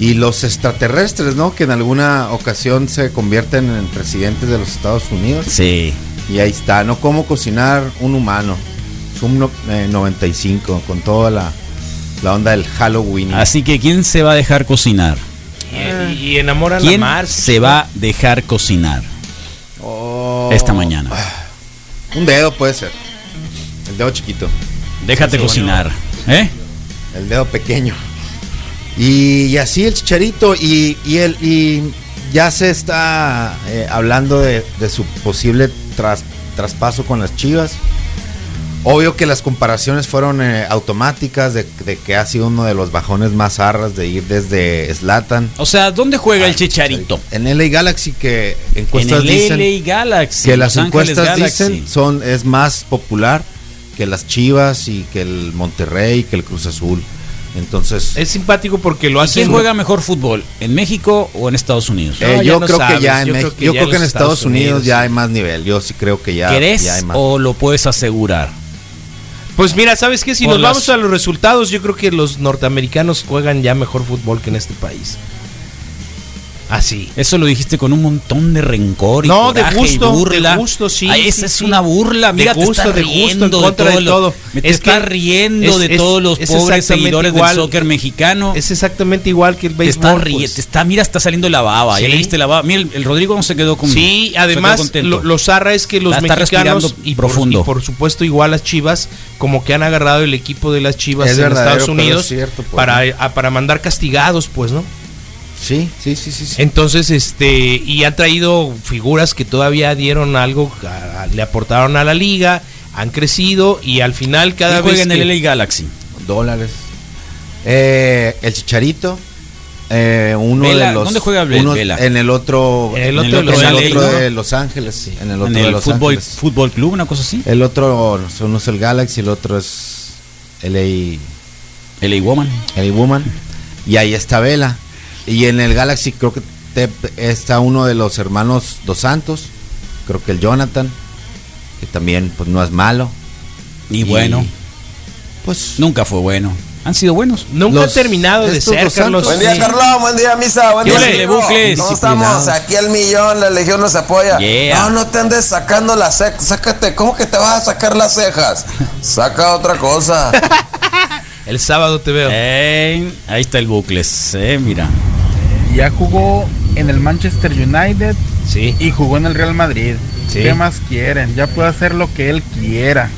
Speaker 7: Y los extraterrestres, ¿no? Que en alguna ocasión se convierten en presidentes de los Estados Unidos.
Speaker 5: Sí.
Speaker 7: Y ahí está, ¿no? Cómo cocinar un humano. Zoom no- eh, 95, con toda la, la onda del Halloween.
Speaker 5: Así que, ¿quién se va a dejar cocinar?
Speaker 8: Y- Y, y enamoran a
Speaker 5: ¿Quién
Speaker 8: Mar.
Speaker 5: se va a dejar cocinar
Speaker 7: Oh.
Speaker 5: esta mañana?
Speaker 7: Un dedo puede ser. El dedo chiquito.
Speaker 5: Déjate cocinar. ¿Eh?
Speaker 7: El dedo pequeño. Y, y así el chicharito. Y, y el, y ya se está eh, hablando de, de su posible tras- traspaso con las chivas. Obvio que las comparaciones fueron eh, automáticas de, de que ha sido uno de los bajones más arras de ir desde Slatan.
Speaker 5: O sea, ¿dónde juega el chicharito?
Speaker 7: En LA Galaxy que
Speaker 5: En
Speaker 7: encuestas
Speaker 5: el
Speaker 7: dicen
Speaker 5: LA Galaxy.
Speaker 7: que las
Speaker 5: Los Ángeles
Speaker 7: encuestas
Speaker 5: Galaxy.
Speaker 7: dicen son es más popular que las Chivas y que el Monterrey y que el Cruz Azul. Entonces,
Speaker 5: Eh,
Speaker 7: eh,
Speaker 8: Es simpático porque lo hace.
Speaker 5: ¿Quién juega mejor fútbol? ¿En México o en Estados Unidos?
Speaker 7: eh,
Speaker 8: No, ya
Speaker 7: yo
Speaker 8: no
Speaker 7: creo que
Speaker 8: sabes,
Speaker 7: ya en
Speaker 8: yo creo
Speaker 7: México-
Speaker 8: que
Speaker 7: yo
Speaker 8: ya
Speaker 7: creo que en Estados Unidos, ya
Speaker 8: Unidos.
Speaker 7: hay más nivel. Yo sí creo que ya,
Speaker 5: ¿Querés
Speaker 7: ya hay más.
Speaker 5: o lo puedes asegurar?
Speaker 8: Pues mira, ¿sabes qué? Si
Speaker 5: Por
Speaker 8: nos
Speaker 5: las-
Speaker 8: vamos a los resultados, yo creo que los norteamericanos juegan ya mejor fútbol que en este país. Así.
Speaker 5: Eso lo dijiste con un montón de rencor y
Speaker 8: Ah, No, de
Speaker 5: coraje
Speaker 8: gusto,
Speaker 5: y burla.
Speaker 8: de gusto, sí,
Speaker 5: Ay,
Speaker 8: sí,
Speaker 5: esa es
Speaker 8: sí.
Speaker 5: una burla, mira,
Speaker 8: de
Speaker 5: te
Speaker 8: gusto,
Speaker 5: estás
Speaker 8: de gusto, en
Speaker 5: riendo de
Speaker 8: contra
Speaker 5: todo.
Speaker 8: de
Speaker 5: lo-
Speaker 8: todo.
Speaker 5: me- te
Speaker 8: Es
Speaker 5: estás
Speaker 8: que
Speaker 5: riendo
Speaker 8: es-
Speaker 5: de
Speaker 8: es-
Speaker 5: todos los
Speaker 8: es
Speaker 5: pobres
Speaker 8: exactamente
Speaker 5: seguidores
Speaker 8: igual.
Speaker 5: del soccer mexicano.
Speaker 8: Es exactamente igual que el
Speaker 5: te
Speaker 8: béisbol.
Speaker 5: está riendo,
Speaker 8: pues.
Speaker 5: te está, mira, está saliendo la baba. Ya
Speaker 8: Sí.
Speaker 5: le viste la baba. Mira, el, el Rodrigo no se quedó con
Speaker 8: Sí,
Speaker 5: se quedó
Speaker 8: además
Speaker 5: contento.
Speaker 8: lo, lo zarra es que los
Speaker 5: Está- está
Speaker 8: mexicanos
Speaker 5: respirando
Speaker 8: y por,
Speaker 5: profundo.
Speaker 8: y por supuesto igual las Chivas como que han agarrado el equipo de las Chivas
Speaker 7: Es
Speaker 8: en
Speaker 7: verdadero,
Speaker 8: Estados
Speaker 7: pero
Speaker 8: Unidos
Speaker 7: es cierto, pues,
Speaker 8: para
Speaker 7: ¿no?
Speaker 8: a- para mandar castigados, pues, ¿no?
Speaker 7: Sí, sí, sí, sí. sí.
Speaker 8: Entonces, este, y han traído figuras que todavía dieron algo, a- a- le aportaron a la liga, han crecido y al final cada
Speaker 5: Y juega
Speaker 8: vez
Speaker 5: en
Speaker 8: que-
Speaker 5: el LA Galaxy.
Speaker 7: Dólares. Eh, el Chicharito eh, uno
Speaker 5: Vela,
Speaker 7: de los
Speaker 5: ¿dónde juega Abel
Speaker 7: uno-
Speaker 5: Vela?
Speaker 7: en el otro
Speaker 8: En el
Speaker 7: en
Speaker 8: otro de Los
Speaker 7: en el
Speaker 8: Ángeles,
Speaker 7: otro
Speaker 8: ¿no?
Speaker 7: de Los Ángeles, sí, en el
Speaker 5: En
Speaker 7: otro
Speaker 5: el,
Speaker 7: de Los
Speaker 5: fútbol,
Speaker 7: Ángeles.
Speaker 5: fútbol club, una cosa así.
Speaker 7: El otro, uno es el Galaxy, el otro es LA,
Speaker 5: LA Woman.
Speaker 7: LA Woman. Y ahí está Vela. Y en el Galaxy creo que te- está uno de los hermanos Dos Santos, creo que el Jonathan, que también pues no es malo.
Speaker 5: Y bueno,
Speaker 7: Pues
Speaker 5: nunca fue bueno. Han sido buenos.
Speaker 8: nunca
Speaker 7: Los-
Speaker 8: ha terminado de
Speaker 7: estos
Speaker 8: ser
Speaker 7: dos
Speaker 8: Carlos.
Speaker 7: santos.
Speaker 11: Buen día,
Speaker 8: Sí.
Speaker 11: Carlón. Buen día, Misa. Buen
Speaker 5: ¿Qué
Speaker 11: día,
Speaker 5: ole,
Speaker 11: amigo.
Speaker 5: bucles?
Speaker 11: ¿Cómo estamos?
Speaker 7: Disciplinados.
Speaker 11: Aquí al millón, la Legión nos apoya.
Speaker 5: Yeah.
Speaker 11: No, no te andes sacando las cejas. Sácate, ¿cómo que te vas a sacar las cejas? Saca otra cosa.
Speaker 8: El sábado te
Speaker 5: Eh,
Speaker 8: veo.
Speaker 5: Ey, ahí está el bucles, eh, mira.
Speaker 12: Ya jugó (laughs) en el Manchester United
Speaker 8: Sí.
Speaker 12: y jugó en el Real Madrid.
Speaker 8: Sí.
Speaker 12: ¿Qué más quieren? Ya puede hacer lo que él quiera.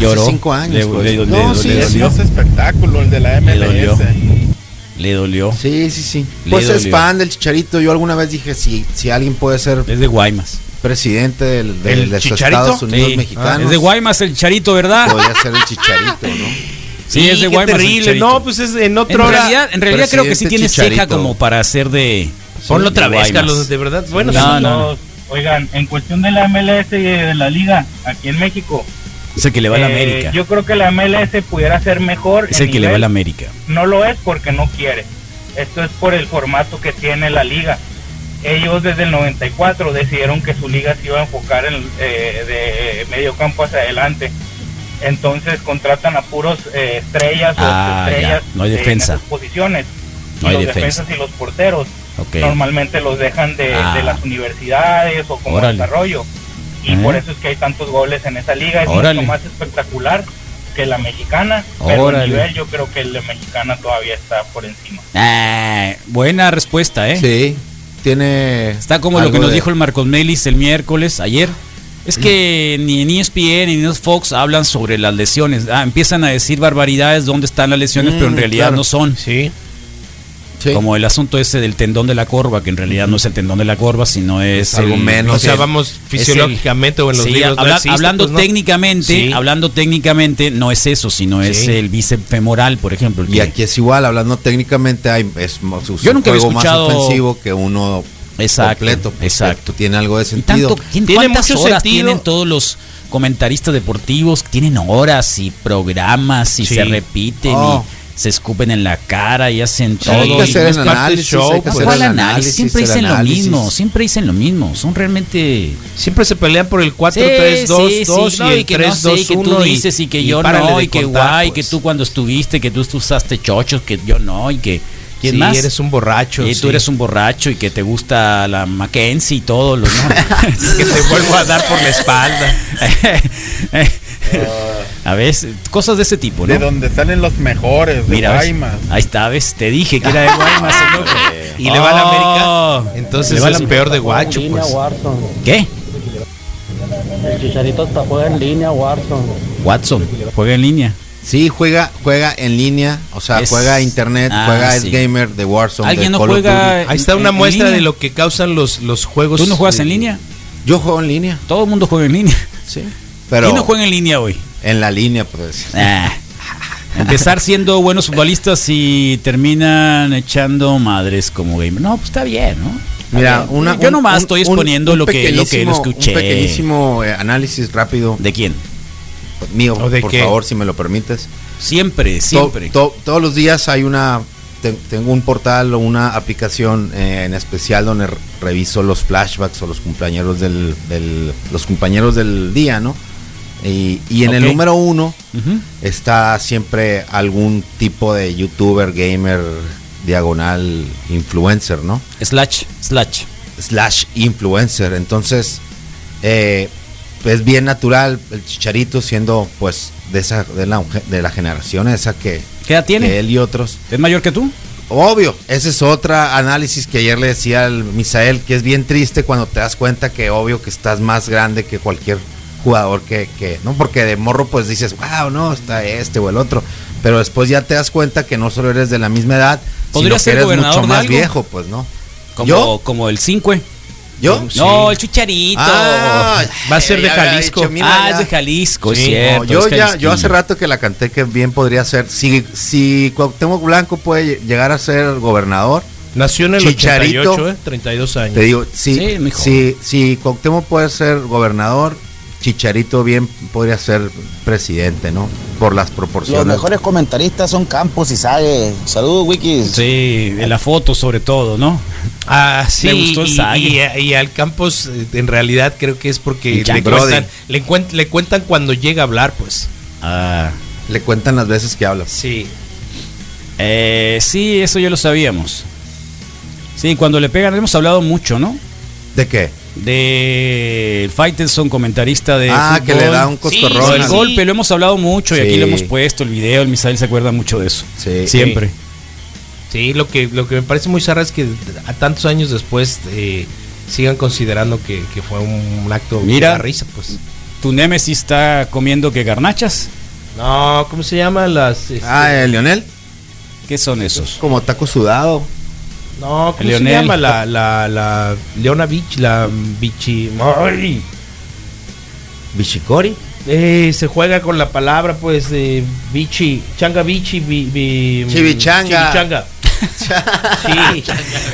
Speaker 5: Lloró.
Speaker 7: cinco años,
Speaker 5: Le,
Speaker 7: pues.
Speaker 5: le- le-
Speaker 7: No,
Speaker 5: le-
Speaker 7: sí,
Speaker 5: le
Speaker 12: Es
Speaker 5: dolió.
Speaker 12: más espectáculo el de la
Speaker 5: Le dolió.
Speaker 12: MLS.
Speaker 5: Le dolió.
Speaker 7: sí, sí, sí.
Speaker 5: Le
Speaker 7: Pues es
Speaker 5: dolió.
Speaker 7: fan del Chicharito. Yo alguna vez dije si, si alguien puede ser
Speaker 5: Es de Guaymas.
Speaker 7: presidente del, del-
Speaker 8: ¿El
Speaker 7: de los
Speaker 8: Chicharito?
Speaker 7: Estados Unidos
Speaker 5: Sí. Ah,
Speaker 7: mexicanos.
Speaker 5: Es de Guaymas el charito, ¿verdad?
Speaker 7: Podría ser el Chicharito, ¿no?
Speaker 5: Sí, es de
Speaker 8: qué
Speaker 5: Guaymas el
Speaker 8: terrible.
Speaker 5: Chicharito.
Speaker 8: No, pues es en
Speaker 5: En
Speaker 8: otro
Speaker 5: realidad, en realidad creo que sí
Speaker 7: Presidente
Speaker 5: tiene ceja
Speaker 7: Chicharito.
Speaker 5: como para hacer de.
Speaker 8: Ponlo
Speaker 5: de
Speaker 8: otra vez,
Speaker 5: Guaymas.
Speaker 8: Carlos, de verdad. Bueno,
Speaker 5: No,
Speaker 8: sí,
Speaker 5: no.
Speaker 12: Oigan, en cuestión de la MLS y de la liga, aquí en México,
Speaker 5: Es el que le va a la
Speaker 12: eh,
Speaker 5: América.
Speaker 12: yo creo que la MLS pudiera ser mejor.
Speaker 5: Es
Speaker 12: en
Speaker 5: el que le va a la
Speaker 12: nivel.
Speaker 5: América.
Speaker 12: no lo es porque no quiere. Esto es por el formato que tiene la liga. Ellos desde el 94 decidieron que su liga se iba a enfocar en, eh, de medio campo hacia adelante. Entonces contratan a puros eh, estrellas
Speaker 5: Ah,
Speaker 12: o estrellas
Speaker 5: ya. No hay
Speaker 12: de-
Speaker 5: defensa.
Speaker 12: en esas posiciones.
Speaker 5: No
Speaker 12: y
Speaker 5: hay
Speaker 12: los
Speaker 5: defensa.
Speaker 12: defensas y los porteros
Speaker 5: Ok.
Speaker 12: normalmente los dejan de,
Speaker 5: Ah.
Speaker 12: de las universidades o como
Speaker 5: Órale.
Speaker 12: desarrollo. Y
Speaker 5: Eh.
Speaker 12: por eso es que hay tantos goles en esa liga. Es
Speaker 5: Órale.
Speaker 12: mucho más espectacular que la mexicana. Pero
Speaker 5: Órale.
Speaker 12: el nivel yo creo que la mexicana todavía está por encima.
Speaker 5: Ah, buena respuesta, ¿eh?
Speaker 7: Sí, tiene.
Speaker 5: Está como lo
Speaker 7: algo
Speaker 5: que nos
Speaker 7: de-
Speaker 5: dijo el Marcos Melis el miércoles, ayer, Es que ni en E ESPN ni en Fox hablan sobre las lesiones. Ah, empiezan a decir barbaridades dónde están las lesiones,
Speaker 8: Mm,
Speaker 5: pero en realidad
Speaker 8: claro.
Speaker 5: no son.
Speaker 8: Sí.
Speaker 5: Como el asunto ese del tendón de la corva, que en realidad no es el tendón de la corva, sino es.
Speaker 8: Es algo
Speaker 5: el-
Speaker 8: menos. O sea,
Speaker 5: el-
Speaker 8: vamos
Speaker 5: es el-
Speaker 8: fisiológicamente o en los
Speaker 5: Sí,
Speaker 8: libros no
Speaker 5: habla-
Speaker 8: existe,
Speaker 5: hablando
Speaker 8: pues, ¿no?
Speaker 5: técnicamente,
Speaker 8: Sí.
Speaker 5: hablando técnicamente, no es eso, sino es
Speaker 7: Sí.
Speaker 5: el bíceps femoral, por ejemplo. el
Speaker 7: Y
Speaker 5: que-
Speaker 7: aquí es igual, hablando técnicamente, hay, es mo- su-
Speaker 5: Yo nunca
Speaker 7: un
Speaker 5: había
Speaker 7: juego más
Speaker 5: escuchado-
Speaker 7: ofensivo que uno
Speaker 5: Exacto,
Speaker 7: completo. porque
Speaker 5: exacto.
Speaker 7: Tiene algo de sentido.
Speaker 5: tanto, ¿quién- ¿Cuántas horas tienen todos los comentaristas deportivos? Tienen horas y programas y
Speaker 7: Sí.
Speaker 5: se repiten
Speaker 7: Oh.
Speaker 5: y se escupen en la cara y hacen
Speaker 7: Sí,
Speaker 5: todo.
Speaker 7: hay que
Speaker 5: y-
Speaker 7: hacer
Speaker 5: y
Speaker 7: el
Speaker 5: es parte del
Speaker 7: análisis, hay que
Speaker 5: pues.
Speaker 7: hacer
Speaker 5: ¿Cuál
Speaker 7: el
Speaker 5: análisis?
Speaker 7: análisis,
Speaker 5: Siempre
Speaker 7: el
Speaker 5: dicen lo
Speaker 7: análisis.
Speaker 5: mismo, siempre dicen lo mismo. Son realmente...
Speaker 8: Siempre se pelean por el 4,
Speaker 5: Sí,
Speaker 8: 3, 2,
Speaker 5: sí, sí,
Speaker 8: 2
Speaker 5: no,
Speaker 8: y el
Speaker 5: que no
Speaker 8: 3,
Speaker 5: sé,
Speaker 8: 2,
Speaker 5: y que
Speaker 8: 1.
Speaker 5: tú dices y que yo
Speaker 8: párale
Speaker 5: no,
Speaker 8: de
Speaker 5: y que
Speaker 8: contar,
Speaker 5: guay,
Speaker 8: pues.
Speaker 5: que tú cuando estuviste, que tú usaste chochos, que yo no, y que... ¿Quién
Speaker 8: Sí,
Speaker 5: más?
Speaker 8: eres un borracho.
Speaker 5: Y
Speaker 8: sí.
Speaker 5: tú eres un borracho y que te gusta la Mackenzie y todo lo
Speaker 8: (laughs)
Speaker 5: ¿no?
Speaker 8: Que
Speaker 5: (laughs)
Speaker 8: te vuelvo a dar por la espalda.
Speaker 13: Ah.
Speaker 5: a veces, cosas de ese tipo, ¿no?
Speaker 14: De donde salen los mejores, de
Speaker 5: Mira, ¿ves?
Speaker 14: Guaymas.
Speaker 5: ahí está, ves, te dije que era
Speaker 13: (laughs)
Speaker 5: de Guaymas. loco.
Speaker 8: Y le va a la
Speaker 5: Ah. Eh. Oh.
Speaker 8: América. Entonces
Speaker 5: Le va a
Speaker 8: es
Speaker 5: la-
Speaker 8: peor de guacho,
Speaker 13: Línea
Speaker 8: pues.
Speaker 13: Warzone.
Speaker 5: ¿Qué?
Speaker 13: El chicharito hasta juega en línea Warzone.
Speaker 5: Watson, juega en línea.
Speaker 7: Sí, juega, juega en línea, o sea,
Speaker 5: Es-
Speaker 7: juega internet,
Speaker 5: Ah,
Speaker 7: juega
Speaker 5: sí.
Speaker 7: el gamer de Warzone.
Speaker 5: ¿Alguien
Speaker 7: de
Speaker 5: no
Speaker 7: Call of
Speaker 5: juega
Speaker 7: Duty.
Speaker 8: Ahí está
Speaker 5: en-
Speaker 8: una
Speaker 5: en
Speaker 8: muestra
Speaker 5: línea?
Speaker 8: de lo que causan los, los juegos.
Speaker 5: ¿Tú no juegas en
Speaker 8: de-
Speaker 5: línea?
Speaker 7: Yo juego en línea,
Speaker 5: Todo el mundo juega en línea.
Speaker 7: sí. Pero
Speaker 5: ¿Quién no juega en
Speaker 8: (laughs)
Speaker 5: línea hoy?
Speaker 7: en la línea, pues.
Speaker 5: Ah. Empezar siendo buenos futbolistas y terminan echando madres como gamer. No, pues está bien, ¿no? Está
Speaker 7: Mira,
Speaker 5: bien.
Speaker 7: una,
Speaker 5: Yo
Speaker 7: un-
Speaker 5: nomás
Speaker 7: un-
Speaker 5: estoy
Speaker 7: un-
Speaker 5: exponiendo
Speaker 7: un
Speaker 5: lo que lo que
Speaker 7: pequeñísimo-
Speaker 5: lo escuché.
Speaker 7: Un pequeñísimo eh, análisis rápido.
Speaker 5: ¿De quién?
Speaker 7: Mío,
Speaker 5: ¿O de
Speaker 7: por
Speaker 5: qué?
Speaker 7: favor, si me lo permites.
Speaker 5: Siempre, siempre.
Speaker 7: To- to- todos los días hay una. te- Tengo un portal o una aplicación eh, en especial donde re- reviso los flashbacks o los compañeros del, del- los compañeros del día, ¿no? Y, y en el
Speaker 5: Ok.
Speaker 7: número uno
Speaker 5: Ujú.
Speaker 7: está siempre algún tipo de youtuber, gamer, diagonal, influencer, ¿no?
Speaker 5: Slash, slash.
Speaker 7: Slash influencer. Entonces, eh, es bien natural el chicharito siendo, pues, de, esa, de, la, de la generación esa que,
Speaker 5: ¿Qué edad tiene?
Speaker 7: que él y otros.
Speaker 5: ¿Es mayor que tú?
Speaker 7: Obvio, ese es otro análisis que ayer le decía al Misael, que es bien triste cuando te das cuenta que obvio que estás más grande que cualquier jugador que, que no, porque de morro pues dices, wow, no, está este o el otro, pero después ya te das cuenta que no solo eres de la misma edad,
Speaker 5: ¿Podría
Speaker 7: sino
Speaker 5: ser
Speaker 7: que eres
Speaker 5: gobernador
Speaker 7: mucho
Speaker 5: de
Speaker 7: más
Speaker 5: algo?
Speaker 7: viejo, pues, ¿no?
Speaker 5: Como,
Speaker 7: ¿Yo?
Speaker 5: como el 5.
Speaker 7: ¿Yo?
Speaker 5: No, el chucharito.
Speaker 7: Ah,
Speaker 8: Va a ser de
Speaker 7: ya había
Speaker 8: Jalisco.
Speaker 7: dicho, mira,
Speaker 5: ah,
Speaker 7: ya.
Speaker 5: es de Jalisco, es
Speaker 7: Sí, no,
Speaker 5: cierto.
Speaker 7: yo
Speaker 5: es
Speaker 7: ya, yo hace
Speaker 5: jalisquillo.
Speaker 7: rato que la canté que bien podría ser. Si, si Cuauhtémoc Blanco puede llegar a ser gobernador,
Speaker 8: Nació en el
Speaker 7: Chicharito.
Speaker 8: 88, eh, 32 años.
Speaker 7: te digo, si,
Speaker 8: Sí, mijo.
Speaker 7: si, si Cuauhtémoc puede ser gobernador, Chicharito bien podría ser presidente, ¿no? Por las
Speaker 15: Los
Speaker 7: proporciones.
Speaker 15: mejores comentaristas son Campos y Sague. Saludos, Wikis.
Speaker 5: Sí, en la foto sobre todo, ¿no?
Speaker 8: Ah, sí.
Speaker 5: Me gustó el
Speaker 8: y-
Speaker 5: Sague.
Speaker 8: y, y al Campos, eh, en realidad, creo que es
Speaker 7: Y
Speaker 8: porque
Speaker 7: Jack
Speaker 8: le
Speaker 7: Brody.
Speaker 8: cuentan, le, cuen- le cuentan cuando llega a hablar, pues.
Speaker 5: Ah.
Speaker 7: Le cuentan las veces que habla.
Speaker 8: Sí.
Speaker 5: Eh, sí, eso ya lo sabíamos. Sí, cuando le pegan, hemos hablado mucho, ¿no?
Speaker 7: ¿De qué?
Speaker 5: De Faitelson, comentarista de.
Speaker 7: Ah,
Speaker 5: fútbol.
Speaker 7: que le da un coscorrón.
Speaker 5: El
Speaker 7: Sí.
Speaker 5: golpe, lo hemos hablado mucho y
Speaker 7: Sí.
Speaker 5: aquí lo hemos puesto el video. El Misael se acuerda mucho de eso.
Speaker 7: Sí.
Speaker 5: Siempre.
Speaker 8: Sí, lo que, lo que me parece muy zarra es que a tantos años después eh, sigan considerando que, que fue un, un acto
Speaker 5: Mira.
Speaker 8: de la risa, pues.
Speaker 5: ¿Tu Némesis está comiendo que garnachas?
Speaker 8: No, ¿cómo se llama las? este,
Speaker 7: Ah, ¿el Leonel.
Speaker 5: ¿Qué son esos?
Speaker 7: Como taco
Speaker 5: (laughs)
Speaker 7: sudado.
Speaker 8: no, ¿cómo
Speaker 5: Leonel.
Speaker 8: se llama la la la Leona Beach, la mm, Bichi? ay,
Speaker 7: Bichicori.
Speaker 8: eh, se juega con la palabra, pues, de Bichi, Changa Bichi, bi, bi-
Speaker 7: Chivichanga.
Speaker 8: Chivichanga. Sí.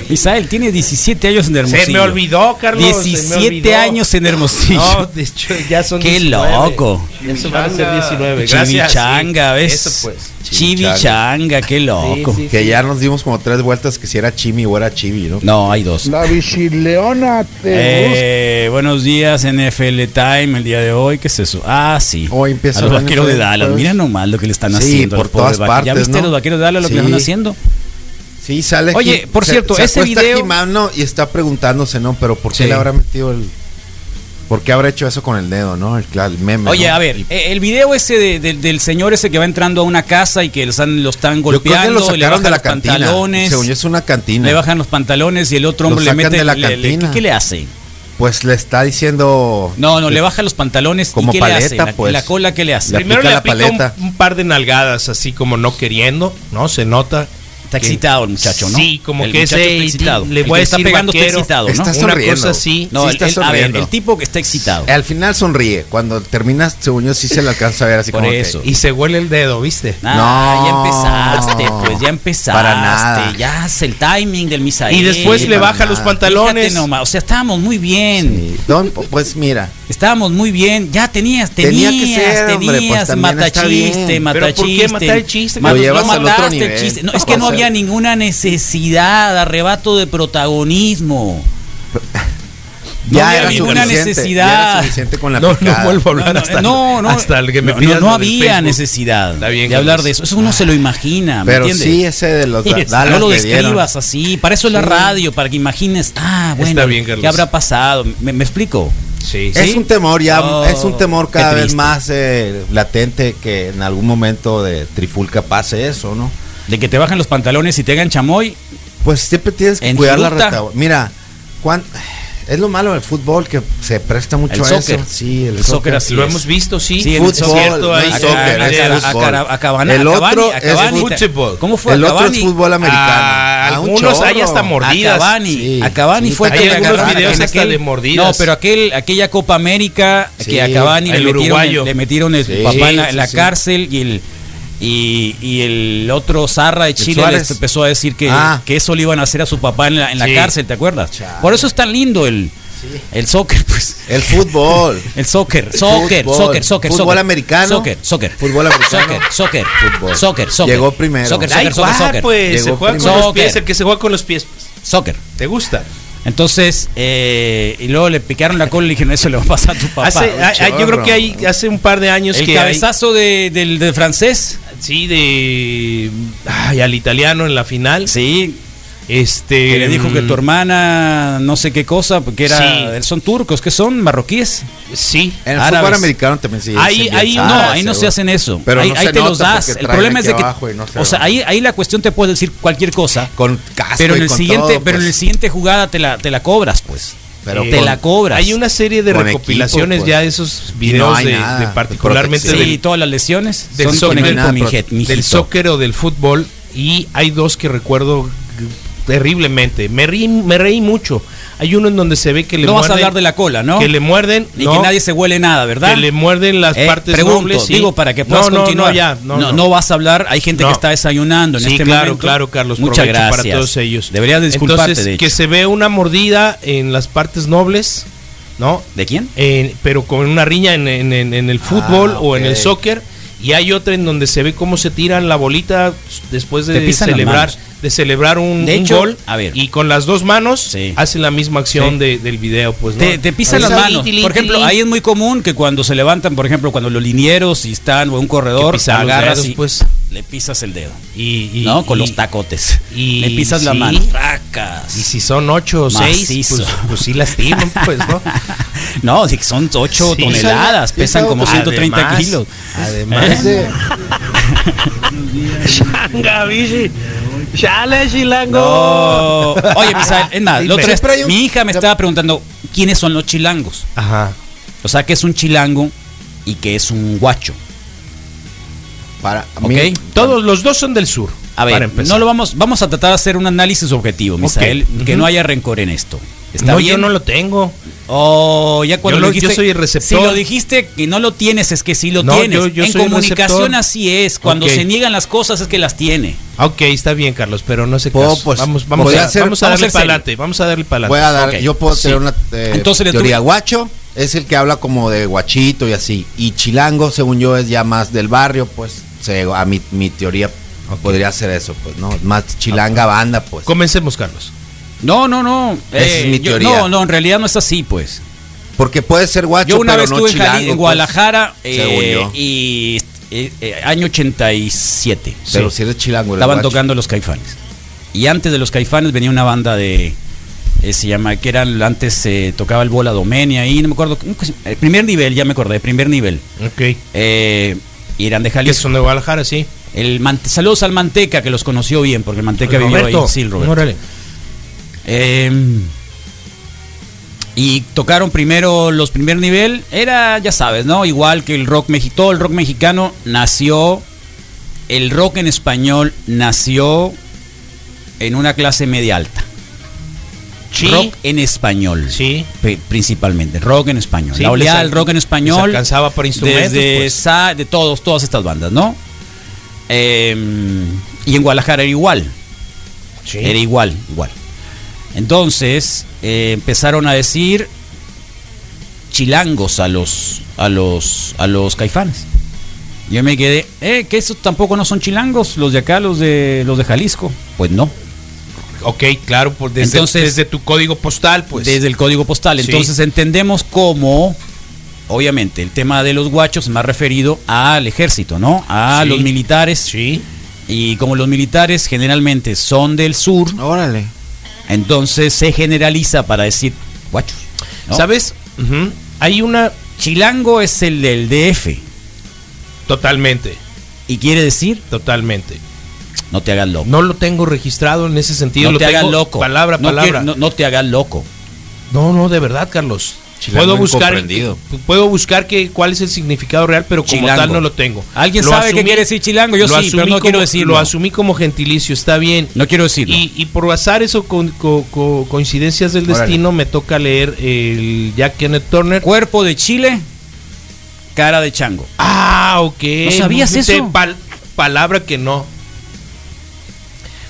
Speaker 5: Misael tiene 17 años en Hermosillo.
Speaker 8: Se me olvidó, Carlos. se me
Speaker 5: 17
Speaker 8: olvidó.
Speaker 5: años en Hermosillo.
Speaker 8: No, de hecho, ya son
Speaker 5: Qué
Speaker 8: 19.
Speaker 5: loco.
Speaker 8: Eso van a ser 19. Gracias.
Speaker 5: Chivichanga,
Speaker 8: sí.
Speaker 5: ¿ves?
Speaker 8: Eso pues.
Speaker 5: Chivichanga, qué loco.
Speaker 8: Sí, sí,
Speaker 7: que ya nos dimos como tres vueltas que si era Chimi o era Chivi, ¿no?
Speaker 5: No, hay dos.
Speaker 14: La Bichileona te gusta.
Speaker 5: Eh, buenos días, NFL Time, el día de hoy. ¿Qué es eso? Ah, sí.
Speaker 7: Hoy empieza
Speaker 5: a los
Speaker 7: el
Speaker 5: vaqueros
Speaker 7: NFL
Speaker 5: de Dallas.
Speaker 7: jueves.
Speaker 5: Mira nomás lo que le están
Speaker 7: pues. Sí,
Speaker 5: haciendo.
Speaker 7: por
Speaker 5: al pobre
Speaker 7: todas
Speaker 5: vaquero. ¿Ya
Speaker 7: partes,
Speaker 5: viste
Speaker 7: ¿no?
Speaker 5: los vaqueros de Dallas lo que le
Speaker 7: Sí.
Speaker 5: están haciendo?
Speaker 7: Sí, sale.
Speaker 5: Oye,
Speaker 7: aquí,
Speaker 5: por cierto, ese
Speaker 7: acuesta
Speaker 5: video-
Speaker 7: aquí, mano, y está preguntándose, ¿no? Pero ¿por qué
Speaker 5: Sí.
Speaker 7: le habrá metido el. ¿Por qué habrá hecho eso con el dedo, no? El, cla- el meme.
Speaker 5: Oye,
Speaker 7: ¿no?
Speaker 5: a ver, eh, el video ese de- de- del señor ese que va entrando a una casa y que los están, lo están
Speaker 7: Yo creo que lo
Speaker 5: golpeando, le
Speaker 7: sacaron
Speaker 5: bajan
Speaker 7: de la
Speaker 5: los
Speaker 7: cantina.
Speaker 5: pantalones,
Speaker 7: Según yo, es una cantina.
Speaker 5: le bajan los pantalones y el otro
Speaker 7: Lo
Speaker 5: hombre le
Speaker 7: sacan
Speaker 5: mete
Speaker 7: de la
Speaker 5: le- le-
Speaker 7: cantina.
Speaker 5: ¿qué, qué le hace?
Speaker 7: Pues le está diciendo.
Speaker 5: No, no, le baja los pantalones.
Speaker 7: Como
Speaker 5: ¿Y qué
Speaker 7: paleta,
Speaker 5: le hace? La,
Speaker 7: pues.
Speaker 5: la cola que le hace.
Speaker 7: Le
Speaker 8: Primero
Speaker 7: aplica
Speaker 8: le
Speaker 7: la
Speaker 8: aplica
Speaker 7: paleta.
Speaker 8: Un, un par de nalgadas, así como no queriendo, ¿no? Se nota.
Speaker 5: Está excitado el muchacho, ¿no?
Speaker 8: Sí, como
Speaker 5: El
Speaker 8: que
Speaker 5: muchacho
Speaker 8: ese
Speaker 5: está excitado.
Speaker 8: le
Speaker 5: El
Speaker 8: voy a
Speaker 5: que está
Speaker 8: decir
Speaker 5: pegando está
Speaker 8: vaquero,
Speaker 5: excitado, ¿no?
Speaker 7: Está
Speaker 8: Una
Speaker 7: sonriendo.
Speaker 8: cosa así.
Speaker 5: No,
Speaker 7: Sí
Speaker 5: el-
Speaker 7: está
Speaker 5: el- a ver,
Speaker 7: sonriendo.
Speaker 5: el tipo que está excitado.
Speaker 7: Al final sonríe. Cuando terminas, según yo, sí se le alcanza a ver así
Speaker 5: Por
Speaker 7: como. que-
Speaker 5: eso.
Speaker 8: Y se huele el dedo, ¿viste?
Speaker 5: Ah, ya empezaste, pues ya empezaste.
Speaker 7: Para nada.
Speaker 5: Ya hace el timing del misael.
Speaker 8: Y después le
Speaker 5: Para
Speaker 8: baja los
Speaker 5: nada.
Speaker 8: pantalones.
Speaker 5: Fíjate nomás, o sea, estábamos muy bien.
Speaker 7: Sí. Don, po- pues mira.
Speaker 5: Estábamos muy bien. Ya tenías,
Speaker 7: Tenía
Speaker 5: tenías,
Speaker 7: que ser, hombre, pues,
Speaker 5: tenías,
Speaker 7: también está
Speaker 5: matachiste,
Speaker 7: bien.
Speaker 8: ¿Pero por
Speaker 5: matachiste.
Speaker 8: qué matar el chiste?
Speaker 5: Manos,
Speaker 7: Lo llevas
Speaker 5: no
Speaker 7: al otro
Speaker 5: mataste el
Speaker 7: nivel.
Speaker 5: chiste. No, es que no
Speaker 7: O sea-
Speaker 5: había ninguna necesidad, arrebato de protagonismo. No
Speaker 7: Ya
Speaker 5: había
Speaker 7: era
Speaker 5: ninguna
Speaker 7: suficiente,
Speaker 5: necesidad.
Speaker 7: ya era suficiente con la
Speaker 8: No, no
Speaker 7: picada.
Speaker 8: vuelvo a hablar
Speaker 5: No,
Speaker 8: hasta,
Speaker 5: eh, no, no,
Speaker 8: hasta el que me
Speaker 5: no,
Speaker 8: pidas
Speaker 5: no, no
Speaker 8: lo del
Speaker 5: había
Speaker 8: Facebook.
Speaker 5: necesidad
Speaker 8: Está bien,
Speaker 5: de hablar
Speaker 8: Carlos.
Speaker 5: de eso. Eso uno se lo imagina, ¿me
Speaker 7: Pero
Speaker 5: entiendes?
Speaker 7: sí, ese de los
Speaker 5: (laughs) Sí,
Speaker 7: da-
Speaker 5: es-
Speaker 7: dalas
Speaker 5: no lo
Speaker 7: que dieron.
Speaker 5: describas así. Para eso es la
Speaker 7: Sí.
Speaker 5: radio, para que imagines, ah, bueno,
Speaker 8: Está bien, Carlos.
Speaker 5: ¿qué habrá pasado? ¿Me, me explico?
Speaker 8: Sí,
Speaker 7: Es
Speaker 8: sí.
Speaker 7: un temor ya,
Speaker 5: Oh,
Speaker 7: es un temor cada
Speaker 5: qué
Speaker 7: vez
Speaker 5: triste.
Speaker 7: más eh, latente que en algún momento de trifulca pase eso, ¿no?
Speaker 5: De que te bajan los pantalones y te hagan chamoy.
Speaker 7: Pues siempre tienes que
Speaker 5: En
Speaker 7: cuidar la
Speaker 5: fruta.
Speaker 7: retaguardia. Mira, cuán- es lo malo del fútbol que se presta mucho
Speaker 5: El
Speaker 7: a
Speaker 5: soccer.
Speaker 7: eso. Sí, el,
Speaker 5: El soccer así
Speaker 8: Lo
Speaker 5: es.
Speaker 8: hemos visto, sí.
Speaker 5: Sí, en
Speaker 7: Fútbol,
Speaker 5: el
Speaker 7: no
Speaker 8: hay
Speaker 7: hay
Speaker 5: Acá-
Speaker 7: soccer,
Speaker 5: acá-
Speaker 7: es
Speaker 5: acá-
Speaker 7: fútbol.
Speaker 5: acá- acá- Cabani-
Speaker 7: El otro
Speaker 5: Cabani-
Speaker 7: es
Speaker 5: Cabani-
Speaker 8: fútbol.
Speaker 5: ¿Cómo fue?
Speaker 7: el
Speaker 5: a
Speaker 7: otro es
Speaker 5: Cabani?
Speaker 7: fútbol americano.
Speaker 8: Ah,
Speaker 7: A un
Speaker 8: algunos hay
Speaker 7: chorro.
Speaker 8: hasta mor- mordidas.
Speaker 5: A Cavani,
Speaker 7: Sí,
Speaker 5: a Cavani
Speaker 7: sí,
Speaker 5: fue
Speaker 7: hay
Speaker 5: que le
Speaker 7: algunos
Speaker 5: agarraron
Speaker 8: videos
Speaker 5: en
Speaker 8: hasta de mordidas.
Speaker 5: No, pero aquel, aquella Copa América
Speaker 7: Sí,
Speaker 5: que a Cavani le
Speaker 8: el
Speaker 5: metieron,
Speaker 8: uruguayo.
Speaker 5: el, le metieron el
Speaker 7: Sí,
Speaker 5: papá en la,
Speaker 7: sí,
Speaker 5: en la
Speaker 7: sí.
Speaker 5: cárcel y el y, y el otro Zarra de Chile
Speaker 7: Suárez.
Speaker 5: les empezó a decir que,
Speaker 7: Ah.
Speaker 5: que eso le iban a hacer a su papá en la, en la
Speaker 8: Sí.
Speaker 5: cárcel, ¿te acuerdas? Por eso es tan lindo el, el soccer, (laughs) pues.
Speaker 7: El fútbol.
Speaker 5: El soccer, (laughs) soccer,
Speaker 7: Fútbol.
Speaker 5: soccer, soccer,
Speaker 7: Fútbol
Speaker 5: soccer.
Speaker 7: americano.
Speaker 5: Soccer, soccer.
Speaker 7: Fútbol americano.
Speaker 5: Soccer, soccer.
Speaker 7: Fútbol.
Speaker 5: Soccer, soccer.
Speaker 7: Llegó primero.
Speaker 5: Soccer,
Speaker 8: Da
Speaker 5: soccer, soccer,
Speaker 8: igual,
Speaker 5: soccer.
Speaker 8: pues, se
Speaker 7: Llegó
Speaker 8: juega con
Speaker 5: primero.
Speaker 8: los pies,
Speaker 5: Soccer.
Speaker 8: el que se juega con los pies. pues,
Speaker 5: Soccer.
Speaker 8: ¿Te gusta?
Speaker 5: Entonces, eh, y luego le picaron la cola y le dijeron, eso le va a pasar a tu papá.
Speaker 8: Hace-
Speaker 5: El
Speaker 8: ah, ah, yo creo
Speaker 7: chorro.
Speaker 8: que hay hace un par de años que hay-
Speaker 5: cabezazo de- del, del francés.
Speaker 8: sí de ay, al italiano en la final.
Speaker 5: Sí.
Speaker 8: Este mm,
Speaker 5: Que le dijo que tu hermana no sé qué cosa, porque era, eh,
Speaker 8: Sí.
Speaker 5: son turcos, que son marroquíes.
Speaker 8: sí.
Speaker 7: En el
Speaker 5: Árabes.
Speaker 7: fútbol americano también sí.
Speaker 8: Ahí-
Speaker 7: dicen bien
Speaker 8: ahí
Speaker 5: No,
Speaker 7: árabes,
Speaker 5: ahí no se
Speaker 7: seguro.
Speaker 5: hacen eso.
Speaker 7: Pero
Speaker 5: ahí
Speaker 7: no
Speaker 5: ahí
Speaker 7: se
Speaker 5: te los
Speaker 7: nota
Speaker 5: das.
Speaker 7: porque
Speaker 5: El
Speaker 7: traen
Speaker 5: problema es de
Speaker 7: aquí
Speaker 5: que,
Speaker 7: abajo y no se
Speaker 5: o sea,
Speaker 7: nota.
Speaker 5: ahí, ahí la cuestión te puedes decir cualquier cosa.
Speaker 7: con casco
Speaker 5: pero en
Speaker 7: y
Speaker 5: el
Speaker 7: con
Speaker 5: siguiente,
Speaker 7: todo,
Speaker 5: pero en el
Speaker 7: pues.
Speaker 5: siguiente jugada te la, te la cobras, pues.
Speaker 7: Pero
Speaker 5: te
Speaker 7: con-
Speaker 5: la cobras.
Speaker 8: Hay una serie de
Speaker 7: Con
Speaker 8: recopilaciones
Speaker 7: equipo, pues.
Speaker 8: ya de esos
Speaker 7: Y no
Speaker 8: videos
Speaker 7: hay
Speaker 8: de,
Speaker 7: nada
Speaker 8: de
Speaker 7: de
Speaker 8: particularmente
Speaker 5: sí,
Speaker 7: protección.
Speaker 8: del,
Speaker 5: todas las lesiones
Speaker 8: del
Speaker 5: son con
Speaker 8: soccer,
Speaker 5: el
Speaker 7: nada,
Speaker 5: mi-
Speaker 7: pero-
Speaker 5: mijito.
Speaker 8: del soccer o del fútbol y hay dos que recuerdo terriblemente. Me reí, me reí mucho. Hay uno en donde se ve que le
Speaker 5: No vas a
Speaker 8: muerden-
Speaker 5: hablar de la cola, ¿no?
Speaker 8: Que le muerden
Speaker 5: Y
Speaker 8: no,
Speaker 5: que nadie se huele nada, ¿verdad?
Speaker 8: que le muerden las
Speaker 5: Eh,
Speaker 8: partes
Speaker 5: pregunto,
Speaker 8: nobles, sí.
Speaker 5: digo para que puedas
Speaker 8: No, no,
Speaker 5: continuar.
Speaker 8: no, ya, no, no.
Speaker 5: vas a hablar, hay gente
Speaker 8: No.
Speaker 5: que está desayunando en
Speaker 8: sí,
Speaker 5: este
Speaker 8: claro,
Speaker 5: momento.
Speaker 8: claro, Carlos.
Speaker 5: Muchas
Speaker 8: provecho
Speaker 5: gracias.
Speaker 8: Para todos ellos.
Speaker 5: Deberías disculparte,
Speaker 8: Entonces,
Speaker 5: de hecho.
Speaker 8: que se ve una mordida en las partes nobles, ¿no?
Speaker 5: ¿De quién? Ah,
Speaker 8: En- pero con una riña en, en- en- en el fútbol o en
Speaker 7: ok.
Speaker 8: el soccer. Y hay otra en donde se ve cómo se tiran la bolita después
Speaker 5: Te
Speaker 8: de
Speaker 5: pisan las
Speaker 8: celebrar,
Speaker 5: manos.
Speaker 8: de celebrar un,
Speaker 5: De
Speaker 8: un
Speaker 5: hecho,
Speaker 8: gol.
Speaker 5: a ver.
Speaker 8: Y con las dos manos
Speaker 5: Sí.
Speaker 8: hacen la misma acción
Speaker 5: Sí.
Speaker 8: de- del video. Pues, ¿no?
Speaker 5: Te, te pisan las
Speaker 8: Ahí-
Speaker 5: manos.
Speaker 8: tilín,
Speaker 5: Por ejemplo,
Speaker 8: tilín.
Speaker 5: ahí es muy común que cuando se levantan, por ejemplo, cuando los linieros y están o un corredor,
Speaker 8: Que pisan los
Speaker 5: agarras
Speaker 8: dedos,
Speaker 5: y
Speaker 8: pues.
Speaker 5: le pisas el dedo,
Speaker 8: Y, y-
Speaker 5: ¿no? Con
Speaker 8: y-
Speaker 5: los tacotes.
Speaker 8: y-
Speaker 5: le pisas la
Speaker 8: sí.
Speaker 5: mano. Fracas.
Speaker 8: Y si son ocho o seis, pues,
Speaker 5: Macizo.
Speaker 8: pues sí lastiman, pues,
Speaker 5: (laughs)
Speaker 8: ¿no?
Speaker 5: No, si son 8
Speaker 8: Sí.
Speaker 5: toneladas,
Speaker 7: Pisa-
Speaker 5: pesan
Speaker 7: pisa
Speaker 5: como
Speaker 7: otro.
Speaker 5: 130
Speaker 8: Además,
Speaker 5: kilos.
Speaker 8: ¿Eh?
Speaker 7: Además de.
Speaker 10: (laughs) Gavishi. Chale, chilango.
Speaker 5: No. Oye, Misael, es más, la
Speaker 8: Dime.
Speaker 5: otra vez,
Speaker 7: Siempre hay un-
Speaker 5: mi hija me estaba preguntando quiénes son los chilangos.
Speaker 8: Ajá.
Speaker 5: O sea, que es un chilango y que es un guacho.
Speaker 7: Para
Speaker 5: Ok.
Speaker 7: mí-
Speaker 8: Todos los dos son del sur.
Speaker 5: A
Speaker 8: para
Speaker 5: ver,
Speaker 8: empezar.
Speaker 5: no lo vamos, vamos a tratar de hacer un análisis objetivo, Misael,
Speaker 8: ujú.
Speaker 5: que no haya rencor en esto. ¿Está
Speaker 8: No,
Speaker 5: bien?
Speaker 8: yo no lo tengo.
Speaker 5: Oh, ya cuando
Speaker 8: Yo
Speaker 5: lo,
Speaker 8: lo- yo
Speaker 5: dijiste.
Speaker 8: soy el receptor.
Speaker 5: Si lo dijiste que no lo tienes, es que sí lo
Speaker 8: No,
Speaker 5: tienes.
Speaker 8: yo- yo
Speaker 5: en
Speaker 8: soy el
Speaker 5: comunicación
Speaker 8: receptor.
Speaker 5: así es. Cuando
Speaker 8: Ok.
Speaker 5: se niegan las cosas es que las tiene.
Speaker 8: Ah, Ok, está bien, Carlos, pero no sé qué.
Speaker 7: Puedo, pues,
Speaker 8: vamos, vamos,
Speaker 7: voy
Speaker 8: a,
Speaker 7: a hacer-
Speaker 8: vamos a
Speaker 5: vamos a
Speaker 8: darle
Speaker 5: hacer
Speaker 8: para
Speaker 5: serio.
Speaker 8: adelante. Vamos a darle para
Speaker 7: Voy
Speaker 8: adelante.
Speaker 7: a dar,
Speaker 5: Ok,
Speaker 7: yo puedo
Speaker 5: sí.
Speaker 7: tener una eh,
Speaker 5: Entonces, le
Speaker 7: teoría.
Speaker 5: tuve-
Speaker 7: Guacho es el que habla como de guachito y así. Y chilango, según yo, es ya más del barrio, pues. se- a mi, mi teoría podría ser eso, pues, ¿no? Más chilanga banda, pues.
Speaker 8: Comencemos, Carlos.
Speaker 5: No, no, no. Eh,
Speaker 7: Esa es mi
Speaker 5: yo-
Speaker 7: teoría.
Speaker 5: no, no, en realidad no es así, pues.
Speaker 7: Porque puede ser guacho,
Speaker 5: Yo una
Speaker 7: pero
Speaker 5: vez
Speaker 7: no
Speaker 5: estuve en,
Speaker 7: chilango.
Speaker 5: Jali- en
Speaker 7: pues,
Speaker 5: Guadalajara eh,
Speaker 7: según yo.
Speaker 5: y eh, eh, año 87.
Speaker 7: pero
Speaker 5: Sí.
Speaker 7: si eres chilango, eres
Speaker 5: Estaban
Speaker 7: guacho.
Speaker 5: tocando los Caifanes. Y antes de los Caifanes venía una banda de eh, se llama que eran antes eh, tocaba el Bola Domenia y no me acuerdo ¿cómo que se- el primer nivel ya me acordé primer nivel
Speaker 8: Ok.
Speaker 5: eh, y eran de
Speaker 8: Que
Speaker 5: Jalisco
Speaker 8: son de Guadalajara, sí.
Speaker 5: el Man- saludos al Manteca que los conoció bien porque el Manteca vivió ahí sí el Roberto.
Speaker 8: Órale.
Speaker 5: Eh, Em, Y tocaron primero los primer nivel. Era, ya sabes, ¿no? Igual que el rock mexicano. Todo el rock mexicano nació. El rock en español nació en una clase media alta.
Speaker 8: Sí.
Speaker 5: Rock en español.
Speaker 8: Sí.
Speaker 5: pri- Principalmente. Rock en español.
Speaker 8: Sí,
Speaker 5: la oleada
Speaker 8: les al-
Speaker 5: del rock en
Speaker 8: les
Speaker 5: español.
Speaker 8: alcanzaba para instrumentos,
Speaker 5: Desde
Speaker 8: pues.
Speaker 5: Sa- de todos, todas estas bandas, ¿no? Eh, y en Guadalajara era igual. Era igual, igual. Entonces eh, empezaron a decir chilangos a los a los a los caifanes. Yo me quedé, eh, que esos tampoco no son chilangos, los de acá, los de los de Jalisco. Pues no.
Speaker 8: Ok, claro, pues desde,
Speaker 5: Entonces-
Speaker 8: desde tu código postal, pues.
Speaker 5: Desde el código postal.
Speaker 8: Sí.
Speaker 5: Entonces entendemos cómo, obviamente, el tema de los guachos es más referido al ejército, ¿no? A
Speaker 8: Sí.
Speaker 5: los militares.
Speaker 8: Sí.
Speaker 5: Y como los militares generalmente son del sur.
Speaker 7: Órale.
Speaker 5: Entonces se generaliza para decir guachos. ¿no?
Speaker 8: ¿Sabes? Ujú. Hay una.
Speaker 5: Chilango es el del DF.
Speaker 8: Totalmente.
Speaker 5: ¿Y quiere decir?
Speaker 8: Totalmente.
Speaker 5: No te hagas loco.
Speaker 8: No lo tengo registrado en ese sentido.
Speaker 5: No
Speaker 8: lo
Speaker 5: te hagas
Speaker 8: tengo
Speaker 5: loco.
Speaker 8: Palabra,
Speaker 5: No
Speaker 8: palabra.
Speaker 5: quiero- no- no te hagas loco.
Speaker 8: No, no, de verdad, Carlos.
Speaker 5: Chilango
Speaker 8: puedo buscar,
Speaker 5: incomprendido.
Speaker 8: puedo buscar que, cuál es el significado real, pero como
Speaker 5: Chilango.
Speaker 8: tal no lo tengo.
Speaker 5: ¿Alguien
Speaker 8: Lo
Speaker 5: sabe qué
Speaker 8: asumí-
Speaker 5: quiere decir chilango? Yo
Speaker 8: lo
Speaker 5: sí, pero
Speaker 8: asumí
Speaker 5: no
Speaker 8: como-
Speaker 5: quiero decirlo.
Speaker 8: Lo asumí como gentilicio, está bien.
Speaker 5: No quiero decirlo.
Speaker 8: Y, y por azar eso con, co- co- coincidencias del
Speaker 5: Órale.
Speaker 8: destino me toca leer el Jack Kenneth Turner.
Speaker 5: Cuerpo de Chile, cara de chango.
Speaker 8: Ah, ok.
Speaker 5: ¿No sabías
Speaker 8: Te-
Speaker 5: eso?
Speaker 8: pal- palabra que no.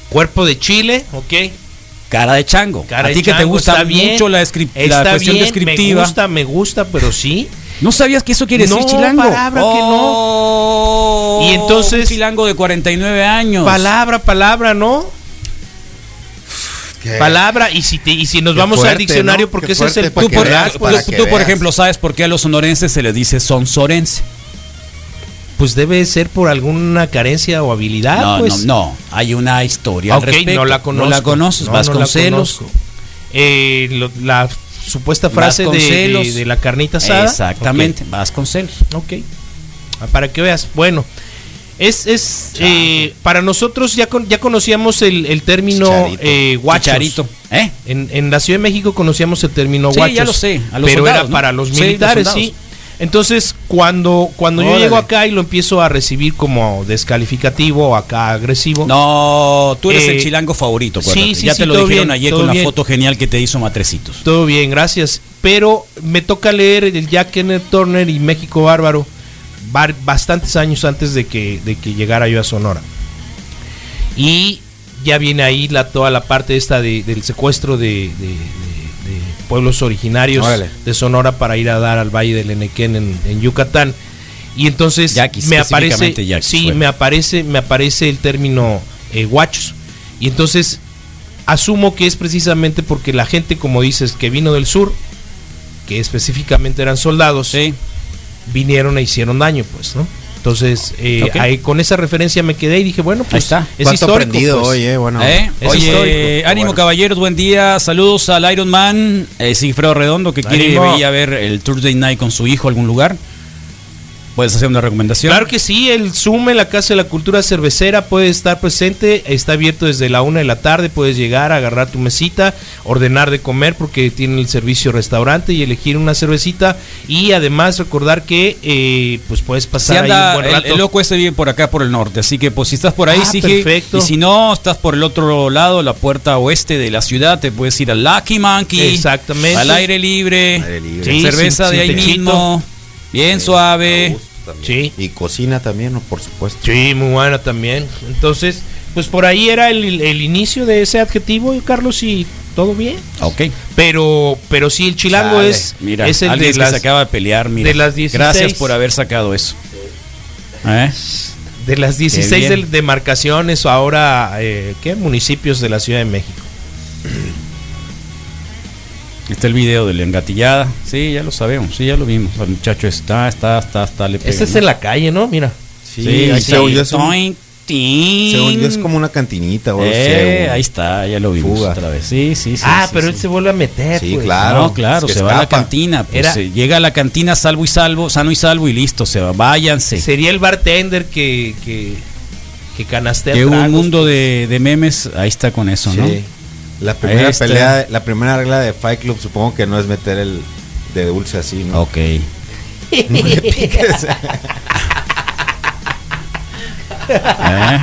Speaker 8: Cuerpo de Chile, ok.
Speaker 5: Cara de chango.
Speaker 8: Cara
Speaker 5: a
Speaker 8: de
Speaker 5: ti que te
Speaker 8: chango,
Speaker 5: gusta
Speaker 8: está bien,
Speaker 5: mucho la, descrip- la
Speaker 8: está
Speaker 5: cuestión
Speaker 8: bien,
Speaker 5: descriptiva.
Speaker 8: Me gusta, me gusta, pero sí.
Speaker 5: ¿No sabías que eso quiere decir
Speaker 8: No,
Speaker 5: chilango?
Speaker 8: palabra que
Speaker 5: Oh,
Speaker 8: Y entonces-
Speaker 5: un chilango de 49 años.
Speaker 8: Palabra, palabra, ¿no?
Speaker 7: Eh.
Speaker 8: Palabra, y si, te- y si nos vamos al diccionario, porque ese es el
Speaker 5: Tú, por, tú-
Speaker 8: pues,
Speaker 5: tú, por ejemplo, ¿sabes por qué a los sonorenses se les dice sonsorense?
Speaker 8: pues debe ser por alguna carencia o habilidad.
Speaker 5: no,
Speaker 8: pues.
Speaker 5: no, no. Hay una historia
Speaker 8: Ok,
Speaker 5: al respecto.
Speaker 8: no la conozco.
Speaker 5: No la conoces.
Speaker 8: No, no la
Speaker 5: Vasconcelos.
Speaker 8: conozco. Eh, lo- la supuesta frase de,
Speaker 5: Vasconcelos.
Speaker 8: de- de la carnita asada.
Speaker 5: Exactamente. Vasconcelos.
Speaker 8: Ok. Ah, Para que veas. Bueno. Es, es eh, para nosotros ya con- ya conocíamos el, el término
Speaker 5: Chicharito.
Speaker 8: eh, guachos.
Speaker 5: Chicharito, ¿eh?
Speaker 8: En, en la Ciudad de México conocíamos el término
Speaker 5: Sí,
Speaker 8: guachos.
Speaker 5: ya lo sé, a los
Speaker 8: pero
Speaker 5: soldados,
Speaker 8: era
Speaker 5: ¿no?
Speaker 8: para los
Speaker 5: Sí, los
Speaker 8: militares, sí.
Speaker 5: soldados.
Speaker 8: Entonces, cuando, cuando yo
Speaker 5: Órale.
Speaker 8: llego acá y lo empiezo a recibir como descalificativo, acá agresivo.
Speaker 5: No, tú eres
Speaker 8: Eh,
Speaker 5: el chilango favorito.
Speaker 8: sí,
Speaker 5: acuérdate.
Speaker 8: sí,
Speaker 5: ya
Speaker 8: sí,
Speaker 5: te lo
Speaker 8: todo
Speaker 5: dijeron
Speaker 8: bien,
Speaker 5: ayer
Speaker 8: todo
Speaker 5: con la
Speaker 8: bien.
Speaker 5: foto genial que te hizo Matrecitos.
Speaker 8: Todo bien, gracias. Pero me toca leer el Jack Kenneth Turner y México Bárbaro bar- bastantes años antes de que, de que llegara yo a Sonora. Y ya viene ahí la, toda la parte esta de- del secuestro de, de- de- de pueblos originarios
Speaker 7: Órale.
Speaker 8: de Sonora para ir a dar al Valle del Enequén en, en Yucatán. Y entonces
Speaker 5: Yaquis,
Speaker 8: me aparece,
Speaker 5: específicamente yaquis,
Speaker 8: sí,
Speaker 5: bueno.
Speaker 8: me aparece, me aparece el término eh, guachos. Y entonces asumo que es precisamente porque la gente, como dices, que vino del sur, que específicamente eran soldados, vinieron e hicieron daño, pues, ¿no? Entonces, eh,
Speaker 5: Ok.
Speaker 8: ahí, con esa referencia me quedé y dije, bueno, pues
Speaker 5: Ahí está.
Speaker 8: es
Speaker 7: ¿Cuánto
Speaker 8: histórico.
Speaker 7: aprendido
Speaker 8: pues.
Speaker 7: hoy, eh? Bueno.
Speaker 5: ¿Eh?
Speaker 8: es
Speaker 5: Oye,
Speaker 8: histórico.
Speaker 5: ánimo
Speaker 8: Bueno.
Speaker 5: caballeros, buen día. Saludos al Iron Man, eh, Sigfredo Redondo, que quiere
Speaker 8: Ánimo.
Speaker 5: ir a ver el Thursday Night con su hijo a algún lugar. ¿Puedes hacer una recomendación?
Speaker 8: Claro que sí, el Zoom en la Casa de la Cultura Cervecera puede estar presente, está abierto desde la una de la tarde, puedes llegar, agarrar tu mesita, ordenar de comer porque tiene el servicio restaurante y elegir una cervecita y además recordar que eh, pues puedes
Speaker 5: Si
Speaker 8: pasar
Speaker 5: anda,
Speaker 8: ahí un buen
Speaker 5: el,
Speaker 8: rato.
Speaker 5: el loco este vive por acá, por el norte. Así que, pues, si estás por ahí,
Speaker 8: Ah,
Speaker 5: sí que-
Speaker 8: perfecto.
Speaker 5: Y si no, estás por el otro lado, la puerta oeste de la ciudad, te puedes ir al Lucky Monkey.
Speaker 8: Exactamente.
Speaker 5: Al aire libre.
Speaker 7: Aire libre.
Speaker 8: Sí,
Speaker 5: cerveza
Speaker 8: sin-
Speaker 5: de
Speaker 8: sin
Speaker 5: ahí
Speaker 8: techito.
Speaker 5: mismo. Bien
Speaker 7: A
Speaker 5: suave.
Speaker 7: gusto también.
Speaker 8: Sí.
Speaker 7: Y cocina también, ¿no? por supuesto.
Speaker 8: Sí, muy buena también. Entonces, pues por ahí era el, el inicio de ese adjetivo, Carlos, y todo bien.
Speaker 5: Ok.
Speaker 8: Pero, pero sí, el chilango
Speaker 7: Chale,
Speaker 8: es,
Speaker 5: Mira,
Speaker 8: es el
Speaker 5: alguien
Speaker 8: de
Speaker 5: que
Speaker 8: las,
Speaker 5: se acaba de pelear. Mira.
Speaker 8: de las 16.
Speaker 5: Gracias por haber sacado eso. ¿Eh?
Speaker 8: de las 16
Speaker 5: Qué bien.
Speaker 8: del- demarcaciones o ahora, eh, ¿qué? Municipios de la Ciudad de México.
Speaker 5: Está el video de la engatillada. Sí, ya lo sabemos. Sí, ya lo vimos. El muchacho está, está, está, está. Le
Speaker 8: Este
Speaker 5: pegan,
Speaker 8: es
Speaker 5: ¿no?
Speaker 8: en la calle, ¿no? Mira.
Speaker 7: Sí,
Speaker 5: Sí,
Speaker 7: ahí
Speaker 5: sí.
Speaker 7: según yo es un-
Speaker 5: Toin, tin.
Speaker 7: según yo es como una cantinita. o
Speaker 5: Eh,
Speaker 7: sea,
Speaker 5: ahí está, ya lo vimos
Speaker 7: Oh, Fuga.
Speaker 5: otra vez. Sí, sí, sí.
Speaker 8: ah,
Speaker 5: sí,
Speaker 8: pero
Speaker 5: sí.
Speaker 8: él se vuelve a meter.
Speaker 7: Sí,
Speaker 8: pues.
Speaker 7: claro.
Speaker 5: No, claro,
Speaker 7: es que
Speaker 5: se va a la
Speaker 7: escapa.
Speaker 5: cantina. Pues,
Speaker 8: Era-
Speaker 5: eh, llega a la cantina salvo y salvo, sano y salvo y listo, se va. Váyanse.
Speaker 8: Sería el bartender que, que, que canastea
Speaker 5: Que hubo
Speaker 8: (laughs)
Speaker 5: un (laughs)
Speaker 8: tragos.
Speaker 5: mundo de, de memes, ahí está con eso, ¿no?
Speaker 7: Sí. La primera
Speaker 5: Ahí está.
Speaker 7: pelea, la primera regla de Fight Club supongo que no es meter el de dulce así, ¿no?
Speaker 5: Ok.
Speaker 7: No le piques.
Speaker 5: ¿Eh?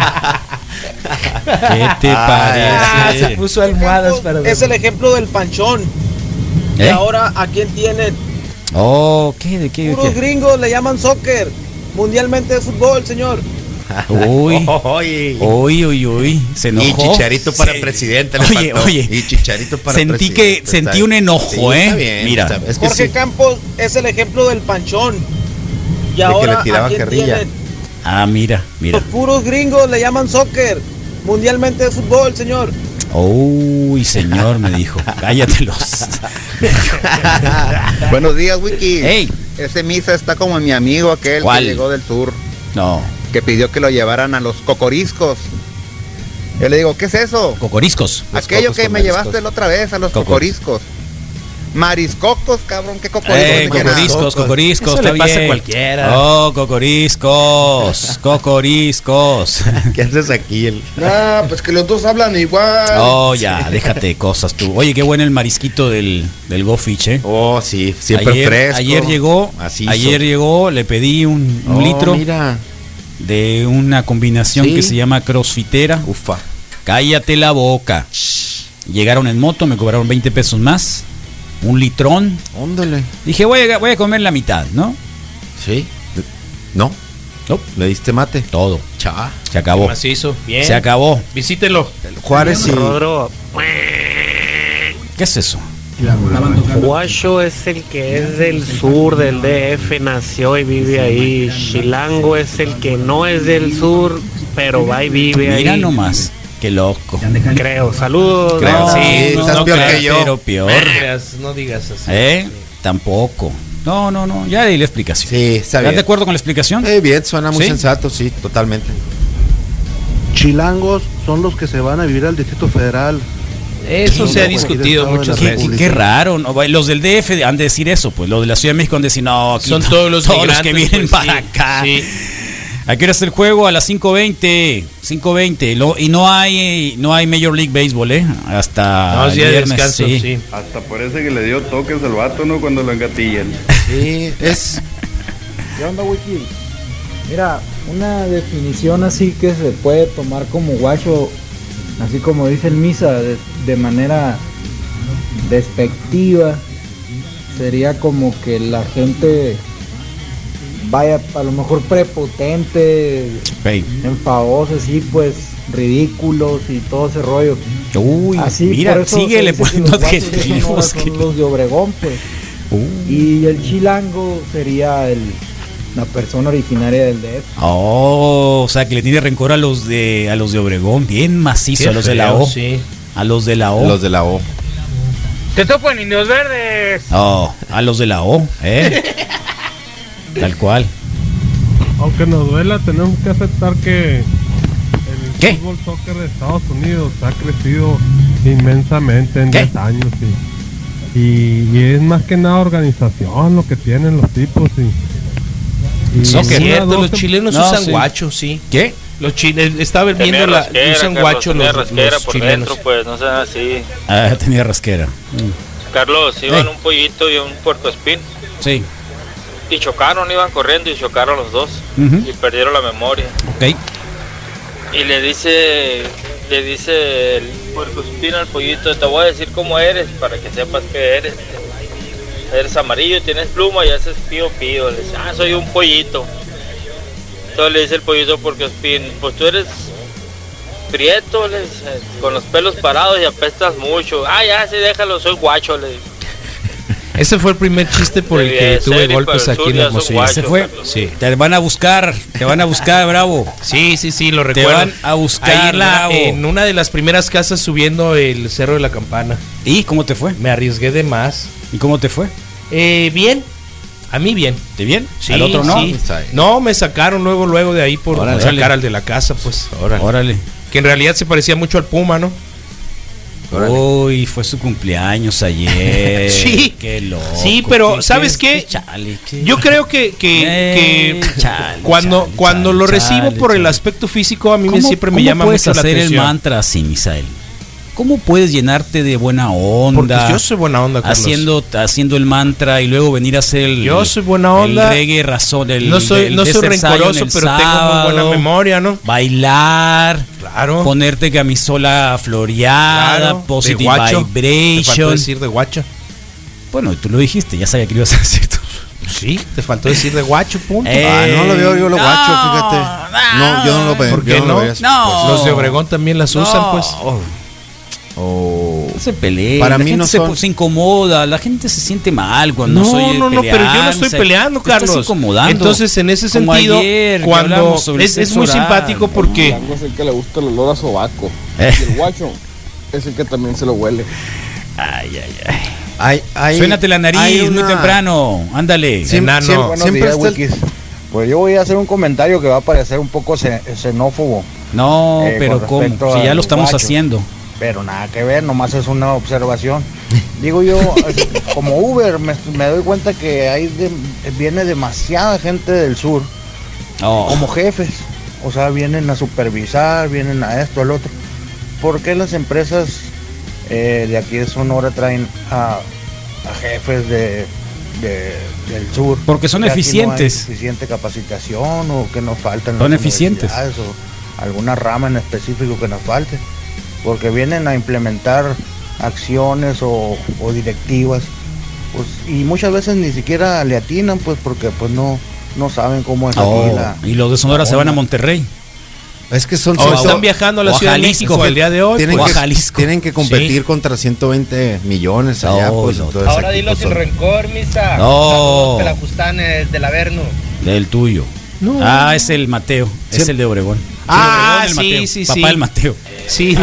Speaker 5: ¿Qué te
Speaker 16: Ah,
Speaker 5: parece?
Speaker 16: se puso almohadas para Es el ejemplo del panchón. Y
Speaker 5: ¿Eh?
Speaker 16: ahora a quién tiene
Speaker 5: Oh, ¿qué? ¿De qué? de
Speaker 16: puros
Speaker 5: qué?
Speaker 16: gringos le llaman soccer. Mundialmente es fútbol, señor.
Speaker 5: Uy.
Speaker 7: Oh,
Speaker 5: Oh,
Speaker 7: Oye.
Speaker 5: Uy, uy, uy. Se enojó.
Speaker 7: Y chicharito para
Speaker 5: Se-
Speaker 7: presidente. le
Speaker 5: Oye,
Speaker 7: faltó.
Speaker 5: oye.
Speaker 7: Y chicharito para
Speaker 5: sentí que
Speaker 7: presidente.
Speaker 5: sentí
Speaker 7: Está-
Speaker 5: un enojo,
Speaker 7: Sí,
Speaker 5: ¿eh?
Speaker 7: está bien,
Speaker 5: Mira.
Speaker 7: está- es que
Speaker 16: Jorge
Speaker 7: sí.
Speaker 16: Campos Este es el ejemplo del panchón. Y
Speaker 5: que
Speaker 16: ahora
Speaker 5: le tiraban
Speaker 16: a quién
Speaker 5: carrilla.
Speaker 16: tiene
Speaker 5: Ah, mira, mira.
Speaker 16: los puros gringos le llaman soccer. Mundialmente es fútbol, señor.
Speaker 5: Uy, señor, me dijo. Cállatelos.
Speaker 17: Buenos días, Wiki.
Speaker 5: Ey.
Speaker 17: Ese misa está como mi amigo aquel
Speaker 5: ¿Cuál?
Speaker 17: que llegó del sur,
Speaker 5: No.
Speaker 17: que pidió que lo llevaran a los cocoriscos. Yo le digo, ¿qué es eso?
Speaker 5: Cocoriscos.
Speaker 17: Aquello que me llevaste la otra vez a los
Speaker 5: Cocos.
Speaker 17: cocoriscos. Mariscocos, cabrón, qué cocoriscos.
Speaker 5: Eh,
Speaker 17: ni qué
Speaker 5: cocoriscos,
Speaker 17: nada.
Speaker 5: cocoriscos, está bien. Oh, cocoriscos, cocoriscos.
Speaker 7: ¿Qué haces aquí? El...
Speaker 18: Ah, pues que los dos hablan igual.
Speaker 5: Oh, ya, déjate de cosas tú. Oye, qué bueno el marisquito del, del Go Fish, ¿eh?
Speaker 7: Oh, sí, siempre
Speaker 5: ayer,
Speaker 7: fresco.
Speaker 5: Ayer llegó,
Speaker 7: Macizo.
Speaker 5: ayer llegó, le pedí un, un
Speaker 7: Oh,
Speaker 5: litro
Speaker 7: mira.
Speaker 5: de una combinación
Speaker 7: Sí.
Speaker 5: que se llama crossfitera.
Speaker 7: Ufa.
Speaker 5: Cállate la boca. Llegaron en moto, me cobraron 20 pesos más. Un litrón.
Speaker 7: Óndale.
Speaker 5: Dije, voy a, voy a comer la mitad, ¿no?
Speaker 7: Sí. No.
Speaker 5: No.
Speaker 7: Le diste mate.
Speaker 5: Todo.
Speaker 7: Cha.
Speaker 5: Se acabó.
Speaker 8: Macizo, bien.
Speaker 5: Se acabó.
Speaker 8: Visítelo.
Speaker 7: Juárez y-
Speaker 19: Rodro.
Speaker 5: ¿Qué es eso?
Speaker 19: Guacho es el que es del sur del DF, nació y vive ahí. Chilango es el que no es del sur, pero va y vive ahí.
Speaker 5: Mira nomás. Qué loco.
Speaker 19: Creo. Saludos.
Speaker 5: Creo,
Speaker 19: No,
Speaker 5: sí,
Speaker 19: no,
Speaker 5: estás
Speaker 19: no
Speaker 5: peor
Speaker 19: creo.
Speaker 5: que yo. Pero peor.
Speaker 8: No digas, no digas así.
Speaker 5: ¿Eh? Tampoco. No, no, no. Ya di la explicación.
Speaker 7: Sí, está
Speaker 5: ¿Estás
Speaker 7: bien.
Speaker 5: de acuerdo con la explicación?
Speaker 7: Eh, bien, suena muy
Speaker 5: ¿Sí?
Speaker 7: sensato, sí, totalmente.
Speaker 18: Chilangos son los que se van a vivir al Distrito Federal.
Speaker 8: Eso se ha
Speaker 18: Cualquier
Speaker 8: discutido
Speaker 18: estado de
Speaker 8: muchas
Speaker 18: la
Speaker 5: Qué, qué-
Speaker 18: República.
Speaker 5: qué raro, ¿no? Los del DF han de decir eso, pues los de la Ciudad de México han de decir, no, aquí
Speaker 8: Son
Speaker 5: no,
Speaker 8: todos los
Speaker 5: que
Speaker 8: migrantes,
Speaker 5: vienen
Speaker 8: pues,
Speaker 5: para
Speaker 8: sí,
Speaker 5: acá. Aquí era el juego a las 5.20, 5.20, lo- y no hay no hay Major League Baseball, ¿eh?
Speaker 8: Ah,
Speaker 5: Hasta el viernes, sí.
Speaker 20: Hasta parece que le dio toques al vato, ¿no? Cuando lo engatillan.
Speaker 7: Sí, es.
Speaker 21: ¿Qué onda, Wiki? Mira, una definición así que se puede tomar como guacho, así como dice el misa, de, de manera despectiva, sería como que la gente vaya a lo mejor prepotente,
Speaker 5: Ey.
Speaker 21: enfadosa, así pues, ridículos y todo ese rollo.
Speaker 5: Uy, mira,
Speaker 21: por eso se
Speaker 5: síguele
Speaker 21: dice que
Speaker 5: poniendo
Speaker 21: los guachos de
Speaker 5: adjetivos
Speaker 21: Sonora
Speaker 5: que-
Speaker 21: Son los de Obregón, pues. Y el chilango sería el, la persona originaria del DF.
Speaker 5: Oh, o sea que le tiene rencor a los de a los de Obregón, bien macizo,
Speaker 8: Qué
Speaker 5: a los de la
Speaker 8: feo,
Speaker 5: O.
Speaker 8: sí.
Speaker 5: A los de la O.
Speaker 7: Los de la O.
Speaker 12: Te topo en Indios Verdes.
Speaker 5: Oh, a los de la O, ¿eh? Tal cual.
Speaker 22: Aunque nos duela, tenemos que aceptar que el
Speaker 5: ¿Qué?
Speaker 22: fútbol soccer de Estados Unidos ha crecido inmensamente en 10 años y, y- y es más que nada organización lo que tienen los tipos. Y, y
Speaker 8: Sí, es
Speaker 22: una,
Speaker 8: cierto,
Speaker 22: dos
Speaker 8: los
Speaker 22: tem-
Speaker 8: chilenos usan guacho, sí.
Speaker 5: ¿Qué?
Speaker 8: Los chilenos, estaba viendo
Speaker 23: Tener
Speaker 8: la,
Speaker 23: rasquera,
Speaker 8: usan
Speaker 23: Carlos,
Speaker 8: guacho
Speaker 23: tener
Speaker 8: los,
Speaker 23: rasquera
Speaker 8: los
Speaker 23: por
Speaker 8: chilenos.
Speaker 23: dentro, pues no sean así.
Speaker 5: Ah, tenía rasquera. Mm,
Speaker 23: Carlos, iban
Speaker 5: Ey.
Speaker 23: un pollito y un puerco espín
Speaker 5: Sí.
Speaker 23: y chocaron, iban corriendo y chocaron los dos
Speaker 5: Ujú.
Speaker 23: y perdieron la memoria.
Speaker 5: Ok.
Speaker 23: Y le dice, le Eh, dice el puerco espín al pollito, te voy a decir cómo eres para que sepas que eres. Eres amarillo, tienes pluma y haces pío pío. Le dice, ah, soy un pollito. Entonces le dice el pollito porque espín, pues tú eres prieto, le dice, con los pelos parados y apestas mucho. Ah, ya, sí, déjalo, soy guacho, le dice.
Speaker 8: Ese fue el primer chiste por el que
Speaker 23: Serie,
Speaker 8: tuve
Speaker 23: serie
Speaker 8: golpes
Speaker 23: para el
Speaker 8: aquí en
Speaker 23: sur, ya son
Speaker 8: Hermosillo.
Speaker 23: guachos,
Speaker 8: Ese
Speaker 5: fue.
Speaker 8: Sí.
Speaker 5: Te van a buscar, te van a buscar, bravo.
Speaker 8: Sí, sí, sí, lo
Speaker 5: Te
Speaker 8: recuerdo.
Speaker 5: van a buscar,
Speaker 8: Ahí en, la-
Speaker 5: bravo.
Speaker 8: en una de las primeras casas subiendo el Cerro de la Campana.
Speaker 5: ¿Y cómo te fue?
Speaker 8: Me arriesgué de más.
Speaker 5: ¿Y cómo te fue?
Speaker 8: Eh, bien. A mí bien.
Speaker 5: ¿Te bien?
Speaker 8: Sí,
Speaker 5: ¿Al otro no?
Speaker 8: sí. No, me sacaron luego, luego de ahí por
Speaker 5: Órale.
Speaker 8: sacar al de la casa, pues.
Speaker 5: Órale.
Speaker 8: Que en realidad se parecía mucho al Puma, ¿no?
Speaker 5: Uy, fue su cumpleaños ayer.
Speaker 8: (laughs) Sí.
Speaker 5: Eh, Qué loco.
Speaker 8: Sí, pero,
Speaker 5: qué-
Speaker 8: ¿sabes qué?
Speaker 5: chale, qué-
Speaker 8: Yo creo que, que-
Speaker 5: Eh,
Speaker 8: que
Speaker 5: chale,
Speaker 8: cuando,
Speaker 5: chale,
Speaker 8: cuando lo
Speaker 5: chale,
Speaker 8: recibo por
Speaker 5: chale.
Speaker 8: el aspecto físico, a mí me-
Speaker 5: ¿Cómo-
Speaker 8: siempre me
Speaker 5: cómo
Speaker 8: llama
Speaker 5: puedes
Speaker 8: mucho la
Speaker 5: hacer el
Speaker 8: atención.
Speaker 5: mantra así, Misael? ¿Cómo puedes llenarte de buena onda?
Speaker 8: Porque yo soy buena onda, Carlos.
Speaker 5: Haciendo, haciendo el mantra y luego venir a hacer el.
Speaker 8: Yo soy buena onda.
Speaker 5: El reggae razón. El,
Speaker 8: no soy,
Speaker 5: el
Speaker 8: no soy
Speaker 5: desert Zion
Speaker 8: rencoroso,
Speaker 5: el
Speaker 8: pero
Speaker 5: sábado,
Speaker 8: tengo muy buena memoria, ¿no?
Speaker 5: Bailar.
Speaker 8: Claro.
Speaker 5: Ponerte camisola floreada.
Speaker 8: Claro, de
Speaker 5: positive
Speaker 8: guacho. Te faltó
Speaker 5: vibration.
Speaker 8: decir de guacho.
Speaker 5: Bueno, tú lo dijiste, ya sabía que lo ibas a decir tú.
Speaker 8: Sí, te faltó decir de guacho, punto.
Speaker 5: Eh,
Speaker 7: Ah, no lo veo yo lo
Speaker 5: No,
Speaker 7: guacho, fíjate. No, yo no lo veo.
Speaker 8: ¿Por
Speaker 7: yo
Speaker 8: qué
Speaker 7: lo
Speaker 8: no?
Speaker 7: veo así.
Speaker 5: No.
Speaker 8: Los de Obregón también las usan,
Speaker 5: No.
Speaker 8: pues.
Speaker 7: Oh.
Speaker 5: Se pelea.
Speaker 7: Para
Speaker 5: la
Speaker 7: mí
Speaker 5: gente
Speaker 7: no
Speaker 5: se,
Speaker 7: son-
Speaker 5: se incomoda, la gente se siente mal cuando
Speaker 8: no,
Speaker 5: soy el
Speaker 8: no, no, pero yo no
Speaker 5: pelear,
Speaker 8: estoy
Speaker 5: o sea,
Speaker 8: peleando,
Speaker 5: te estás
Speaker 8: Carlos.
Speaker 5: incomodando.
Speaker 8: Entonces, en ese
Speaker 5: Como
Speaker 8: sentido,
Speaker 5: ayer, que
Speaker 8: cuando
Speaker 5: hablamos sobre
Speaker 8: es, es
Speaker 5: sexo
Speaker 8: muy
Speaker 5: oral.
Speaker 8: simpático porque
Speaker 1: Chilango es el que le gusta el olor a sobaco.
Speaker 5: Eh.
Speaker 1: Y el guacho es el que también se lo huele.
Speaker 5: (laughs) Ay, ay, ay.
Speaker 7: Hay- hay-
Speaker 5: Suénate la nariz
Speaker 7: hay una-
Speaker 5: muy temprano. Ándale.
Speaker 7: Siem- siem- siempre está el-
Speaker 15: Pues yo voy a hacer un comentario que va a parecer un poco ce- xenófobo.
Speaker 5: No,
Speaker 15: eh,
Speaker 5: pero
Speaker 15: con
Speaker 5: ¿cómo?
Speaker 15: respecto
Speaker 5: Si ya
Speaker 15: al
Speaker 5: lo estamos
Speaker 15: guacho.
Speaker 5: haciendo.
Speaker 15: Pero nada que ver, nomás es
Speaker 5: (laughs)
Speaker 15: una observación. Digo yo, eh, como Uber, me, me doy cuenta que hay de- viene demasiada gente del sur
Speaker 5: No.
Speaker 15: como jefes. O sea, vienen a supervisar, vienen a esto, al otro. ¿Por qué las empresas eh, de aquí de Sonora traen a, a jefes de, de- del sur?
Speaker 5: Porque son
Speaker 15: Que aquí no hay
Speaker 5: eficientes.
Speaker 15: suficiente capacitación o que nos faltan.
Speaker 5: Son
Speaker 15: las
Speaker 5: eficientes.
Speaker 15: universidades O alguna rama en específico que nos falte. Porque vienen a implementar acciones o, o directivas. pues, y muchas veces ni siquiera le atinan, pues porque pues no, no saben cómo es
Speaker 5: Oh,
Speaker 15: aquí la,
Speaker 5: y los de Sonora se van a Monterrey.
Speaker 7: Es que son
Speaker 8: O
Speaker 7: ciento-
Speaker 8: están viajando a la
Speaker 5: o a
Speaker 8: Ciudad de
Speaker 5: Jalisco.
Speaker 8: México el día de hoy.
Speaker 7: tienen,
Speaker 5: pues.
Speaker 7: que,
Speaker 5: O a Jalisco.
Speaker 7: tienen que competir contra 120 millones allá.
Speaker 5: No,
Speaker 7: pues,
Speaker 5: no.
Speaker 7: entonces
Speaker 2: Ahora
Speaker 7: aquí,
Speaker 2: dilo
Speaker 7: pues,
Speaker 2: sin
Speaker 7: son-
Speaker 2: rencor, misa.
Speaker 5: No.
Speaker 2: Saludos, pelajustanes del Averno.
Speaker 5: Del tuyo. Ah, es el Mateo. Es el de Obregón.
Speaker 8: Ah, sí,
Speaker 5: Sí, Obregón, el Mateo.
Speaker 8: sí, sí.
Speaker 5: Papá del Mateo. (laughs)
Speaker 8: Sí,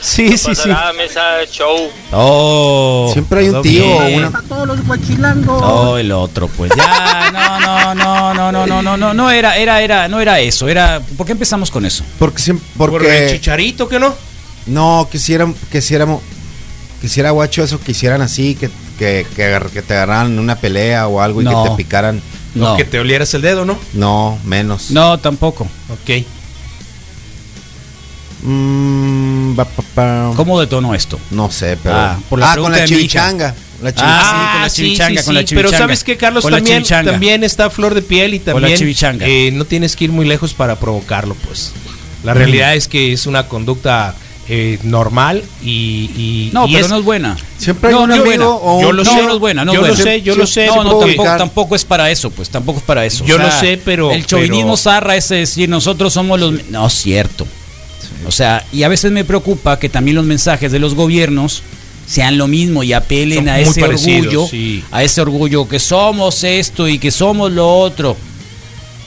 Speaker 8: sí, sí,
Speaker 2: pasa
Speaker 8: sí.
Speaker 2: nada.
Speaker 23: Ah, mesa show.
Speaker 5: Oh.
Speaker 7: Siempre hay un tío o una.
Speaker 1: A todos los guachilangos.
Speaker 5: No, el otro, pues ya, no, no, no, no, no, no, no, no, no era, era, era, no era eso, era, ¿por qué empezamos con eso?
Speaker 7: Porque, siempre,
Speaker 8: Por el
Speaker 7: porque
Speaker 8: chicharito que no.
Speaker 7: no quisieran, quisiéramos, quisiera guacho eso, que hicieran así, que, que, que, agar- que te agarraran en una pelea o algo y
Speaker 5: No.
Speaker 7: que te picaran.
Speaker 5: No,
Speaker 8: Que te olieras el dedo, ¿no?
Speaker 7: No, menos.
Speaker 5: no, tampoco.
Speaker 8: Ok.
Speaker 7: Mm, ba, pa, pa.
Speaker 5: ¿Cómo detonó esto?
Speaker 7: No sé, pero.
Speaker 5: Ah, por la
Speaker 7: Ah, con
Speaker 5: pregunta
Speaker 7: la
Speaker 5: de mi hija.
Speaker 7: chivichanga. La
Speaker 5: Ah,
Speaker 7: chivichanga.
Speaker 5: con la chivichanga, con la
Speaker 8: Pero
Speaker 5: chivichanga.
Speaker 8: sabes que Carlos
Speaker 5: Con la
Speaker 8: también,
Speaker 5: chivichanga.
Speaker 8: también está a flor de piel y
Speaker 5: la
Speaker 8: también
Speaker 5: chivichanga.
Speaker 8: eh, no tienes que ir muy lejos para provocarlo, pues. La
Speaker 5: Mm.
Speaker 8: realidad es que es una conducta eh, normal y, y-
Speaker 5: No,
Speaker 8: y
Speaker 5: pero
Speaker 8: es-
Speaker 5: no es buena.
Speaker 7: Siempre hay
Speaker 5: no,
Speaker 7: un
Speaker 5: no es
Speaker 7: amigo
Speaker 5: buena.
Speaker 7: o
Speaker 8: Yo
Speaker 7: un-
Speaker 8: lo
Speaker 5: no,
Speaker 8: sé.
Speaker 5: no es buena, no
Speaker 8: Yo
Speaker 5: es
Speaker 8: lo
Speaker 5: buena.
Speaker 8: sé, yo lo
Speaker 5: Sí,
Speaker 8: sé,
Speaker 5: No,
Speaker 8: se
Speaker 5: no,
Speaker 8: puede
Speaker 5: tampoco,
Speaker 8: ubicar.
Speaker 5: tampoco es para eso, pues tampoco es para eso.
Speaker 8: Yo lo sé, pero-
Speaker 5: El chauvinismo
Speaker 8: pero-
Speaker 5: zarra ese decir, nosotros somos los. No, es cierto. O sea, y a veces me preocupa que también los mensajes de los gobiernos sean lo mismo y apelen
Speaker 8: Son
Speaker 5: a
Speaker 8: muy
Speaker 5: ese
Speaker 8: parecidos,
Speaker 5: orgullo,
Speaker 8: sí.
Speaker 5: a ese orgullo que somos esto y que somos lo otro.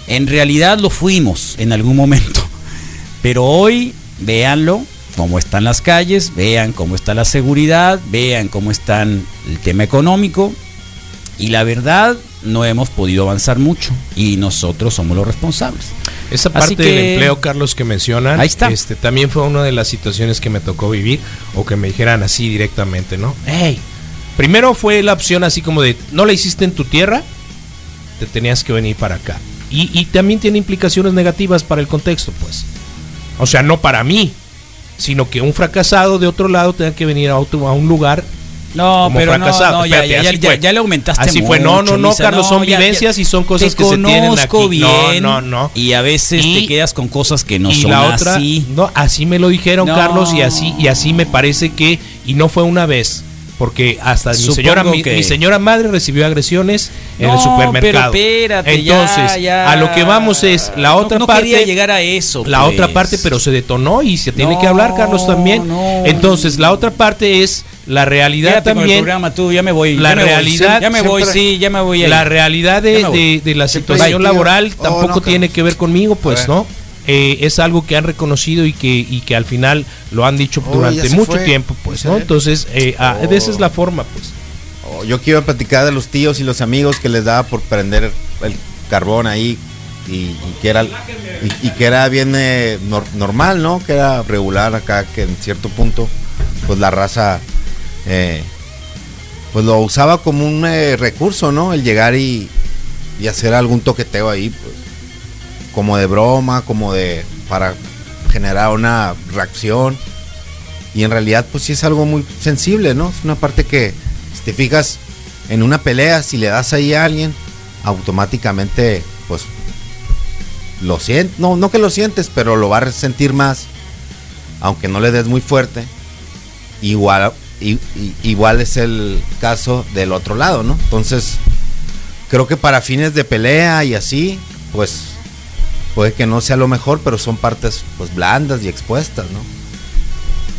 Speaker 5: En realidad lo fuimos en algún momento. (laughs) Pero hoy, véanlo, cómo están las calles, vean cómo está la seguridad, vean cómo están el tema económico. Y la verdad, no hemos podido avanzar mucho. Y nosotros somos los responsables.
Speaker 8: Esa
Speaker 5: Así
Speaker 8: parte del
Speaker 5: que-
Speaker 8: empleo, Carlos, que mencionan,
Speaker 5: Ahí está.
Speaker 8: Este, también fue una de las situaciones que me tocó vivir o que me dijeran así directamente, ¿no? Hey, primero fue la opción así como de, no la hiciste en tu tierra, te tenías que venir para acá. Y, y también tiene implicaciones negativas para el contexto, pues. O sea, no para mí, sino que un fracasado de otro lado tenga que venir a, otro, a un lugar.
Speaker 5: No,
Speaker 8: Como
Speaker 5: pero no,
Speaker 8: fracasado.
Speaker 5: no, ya,
Speaker 8: Espérate,
Speaker 5: ya,
Speaker 8: así
Speaker 5: ya,
Speaker 8: fue.
Speaker 5: ya le aumentaste
Speaker 8: Así fue. No, no,
Speaker 5: mucho,
Speaker 8: no,
Speaker 5: Misa,
Speaker 8: Carlos, son
Speaker 5: ya, ya.
Speaker 8: vivencias y son cosas
Speaker 5: Te
Speaker 8: que se tienen
Speaker 5: conozco
Speaker 8: aquí. No,
Speaker 5: bien,
Speaker 8: no, no.
Speaker 5: Y a veces
Speaker 8: Y-
Speaker 5: te quedas con cosas que no
Speaker 8: y
Speaker 5: son
Speaker 8: la otra,
Speaker 5: así.
Speaker 8: no, así me lo dijeron
Speaker 5: No.
Speaker 8: Carlos y así y así me parece que y no fue una vez, porque hasta mi
Speaker 5: Supongo
Speaker 8: señora mi,
Speaker 5: que-
Speaker 8: mi señora madre recibió agresiones en el
Speaker 5: No,
Speaker 8: supermercado.
Speaker 5: pero espérate, ya,
Speaker 8: Entonces,
Speaker 5: ya.
Speaker 8: a lo que vamos es la
Speaker 5: No-
Speaker 8: otra
Speaker 5: no
Speaker 8: parte
Speaker 5: quería llegar a eso.
Speaker 8: la
Speaker 5: pues.
Speaker 8: otra parte, pero se detonó y se tiene que hablar Carlos también.
Speaker 5: no.
Speaker 8: Entonces, la otra parte es la realidad
Speaker 5: Quédate con el
Speaker 8: también
Speaker 5: programa tú, ya me voy.
Speaker 8: la
Speaker 5: ya me voy,
Speaker 8: realidad
Speaker 5: sí, ya me voy,
Speaker 8: siempre-
Speaker 5: sí, ya me voy. ahí.
Speaker 8: la realidad de,
Speaker 5: Ya me voy.
Speaker 8: de- de la
Speaker 7: hay, tío.
Speaker 8: situación laboral
Speaker 7: Oh,
Speaker 8: tampoco
Speaker 7: no, Carlos.
Speaker 8: tiene que ver conmigo pues
Speaker 7: ver.
Speaker 8: no Eh, es algo que han reconocido y que y que al final lo han dicho
Speaker 7: Oh,
Speaker 8: durante
Speaker 7: ya se
Speaker 8: mucho
Speaker 7: fue.
Speaker 8: tiempo pues
Speaker 7: Ya
Speaker 8: no
Speaker 7: se-
Speaker 8: entonces eh, ah,
Speaker 7: Oh.
Speaker 8: de esa es la forma pues
Speaker 7: Oh, yo que iba a platicar de los tíos y los amigos que les daba por prender el carbón ahí y, y que era y, y que era bien eh, nor- normal, ¿no? Que era regular acá, que en cierto punto pues la raza eh, pues lo usaba como un eh, recurso, ¿no? El llegar y, y hacer algún toqueteo ahí, pues, como de broma, como de para generar una reacción Y en realidad, pues sí es algo muy sensible, ¿no? Es una parte que, si te fijas, en una pelea, si le das ahí a alguien, automáticamente, pues, lo sientes. No, no que lo sientes, pero lo va a sentir más, aunque no le des muy fuerte. Igual, i- i- igual es el caso del otro lado, ¿no? Entonces, creo que para fines de pelea y así, pues, puede que no sea lo mejor, pero son partes, pues, blandas y expuestas, ¿no?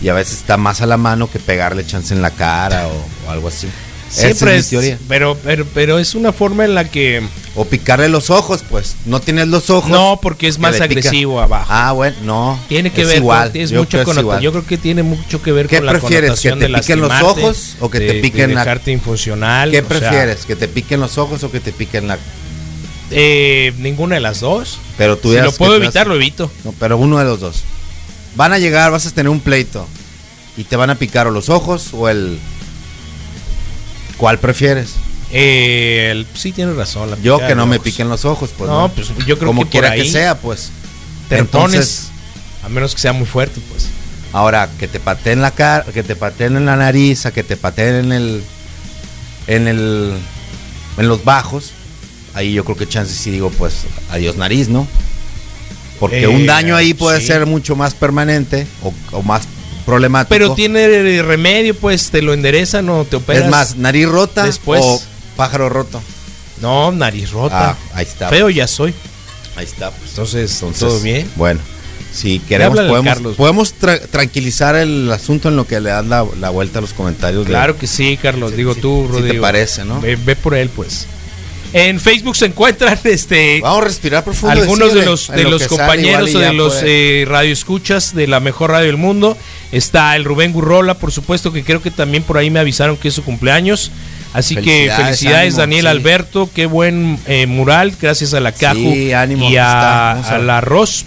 Speaker 7: Y a veces está más a la mano que pegarle chance en la cara o, o algo así. Esa
Speaker 8: Siempre
Speaker 7: mi
Speaker 8: es,
Speaker 7: teoría.
Speaker 8: pero, pero pero es una forma en la que
Speaker 7: O picarle los ojos, pues. No tienes los ojos.
Speaker 8: No, porque es más
Speaker 7: le pica.
Speaker 8: agresivo abajo.
Speaker 7: Ah, bueno, no.
Speaker 8: tiene que
Speaker 7: Es
Speaker 8: ver
Speaker 7: igual.
Speaker 8: con, es
Speaker 7: Yo
Speaker 8: mucha
Speaker 7: creo que es
Speaker 8: conota-
Speaker 7: igual.
Speaker 8: yo creo que tiene mucho que ver
Speaker 7: ¿Qué
Speaker 8: con la
Speaker 7: prefieres? ¿Que
Speaker 8: connotación
Speaker 7: te
Speaker 8: de
Speaker 7: piquen los
Speaker 8: lastimarte,
Speaker 7: ojos o que
Speaker 8: de-
Speaker 7: te
Speaker 8: de
Speaker 7: piquen la
Speaker 8: dejarte infuncional?
Speaker 7: ¿Qué
Speaker 8: o sea,
Speaker 7: prefieres? ¿Que te piquen los ojos o que te piquen la
Speaker 8: eh, ninguna de las dos.
Speaker 7: Pero tú
Speaker 8: si
Speaker 7: veas
Speaker 8: lo
Speaker 7: que
Speaker 8: puedo
Speaker 7: tú
Speaker 8: evitar,
Speaker 7: veas-
Speaker 8: lo evito.
Speaker 7: No, pero uno de los dos. Van a llegar, vas a tener un pleito y te van a picar o los ojos o el ¿Cuál prefieres?
Speaker 8: Eh, el- sí, tienes razón. la
Speaker 7: Yo
Speaker 8: picada
Speaker 7: que no
Speaker 8: de
Speaker 7: me
Speaker 8: ojos.
Speaker 7: piquen los ojos, pues.
Speaker 8: No, pues, yo creo
Speaker 7: Como
Speaker 8: que por
Speaker 7: quiera
Speaker 8: ahí-
Speaker 7: que sea, pues.
Speaker 8: Tertones,
Speaker 7: Entonces-
Speaker 8: a menos que sea muy fuerte, pues.
Speaker 7: Ahora, que te pateen la cara, que te pateen en la nariz, a que te pateen en el. en el. en los bajos. Ahí yo creo que chances sí digo, pues, adiós nariz, ¿no? Porque
Speaker 8: Eh,
Speaker 7: un daño ahí puede
Speaker 8: sí.
Speaker 7: ser mucho más permanente o, o más problemático.
Speaker 8: Pero tiene remedio, pues te lo enderezan o te operas.
Speaker 7: es más, nariz rota
Speaker 8: después.
Speaker 7: o pájaro roto.
Speaker 8: No, nariz rota.
Speaker 7: Ah, ahí está.
Speaker 8: Feo ya soy.
Speaker 7: Ahí está. pues.
Speaker 8: Entonces,
Speaker 7: Entonces,
Speaker 8: todo bien.
Speaker 7: Bueno, si queremos,
Speaker 8: háblale al
Speaker 7: podemos,
Speaker 8: Carlos.
Speaker 7: podemos tra- tranquilizar el asunto en lo que le das la, la vuelta a los comentarios. de-
Speaker 8: Claro que sí, Carlos. Digo tú,
Speaker 7: sí te
Speaker 8: Rodrigo.
Speaker 7: parece, ¿no?
Speaker 8: Ve, ve por él, pues. En Facebook se encuentran (laughs) este
Speaker 7: Vamos a respirar profundo.
Speaker 8: algunos de
Speaker 7: síguele.
Speaker 8: los
Speaker 7: En
Speaker 8: de
Speaker 7: lo
Speaker 8: los
Speaker 7: que sale,
Speaker 8: compañeros
Speaker 7: igual y
Speaker 8: o de
Speaker 7: ya
Speaker 8: los
Speaker 7: puede.
Speaker 8: eh, radioescuchas de la mejor radio del mundo. Está el Rubén Gurrola, por supuesto, que creo que también por ahí me avisaron que es su cumpleaños. Así que
Speaker 7: Felicidades,
Speaker 8: felicidades,
Speaker 7: ánimo,
Speaker 8: Daniel
Speaker 7: sí.
Speaker 8: Alberto. Qué buen eh, mural, gracias a la Caju
Speaker 7: Sí, ánimo,
Speaker 8: y
Speaker 7: aquí está,
Speaker 8: a,
Speaker 7: vamos a
Speaker 8: al
Speaker 7: ver.
Speaker 8: Arroz.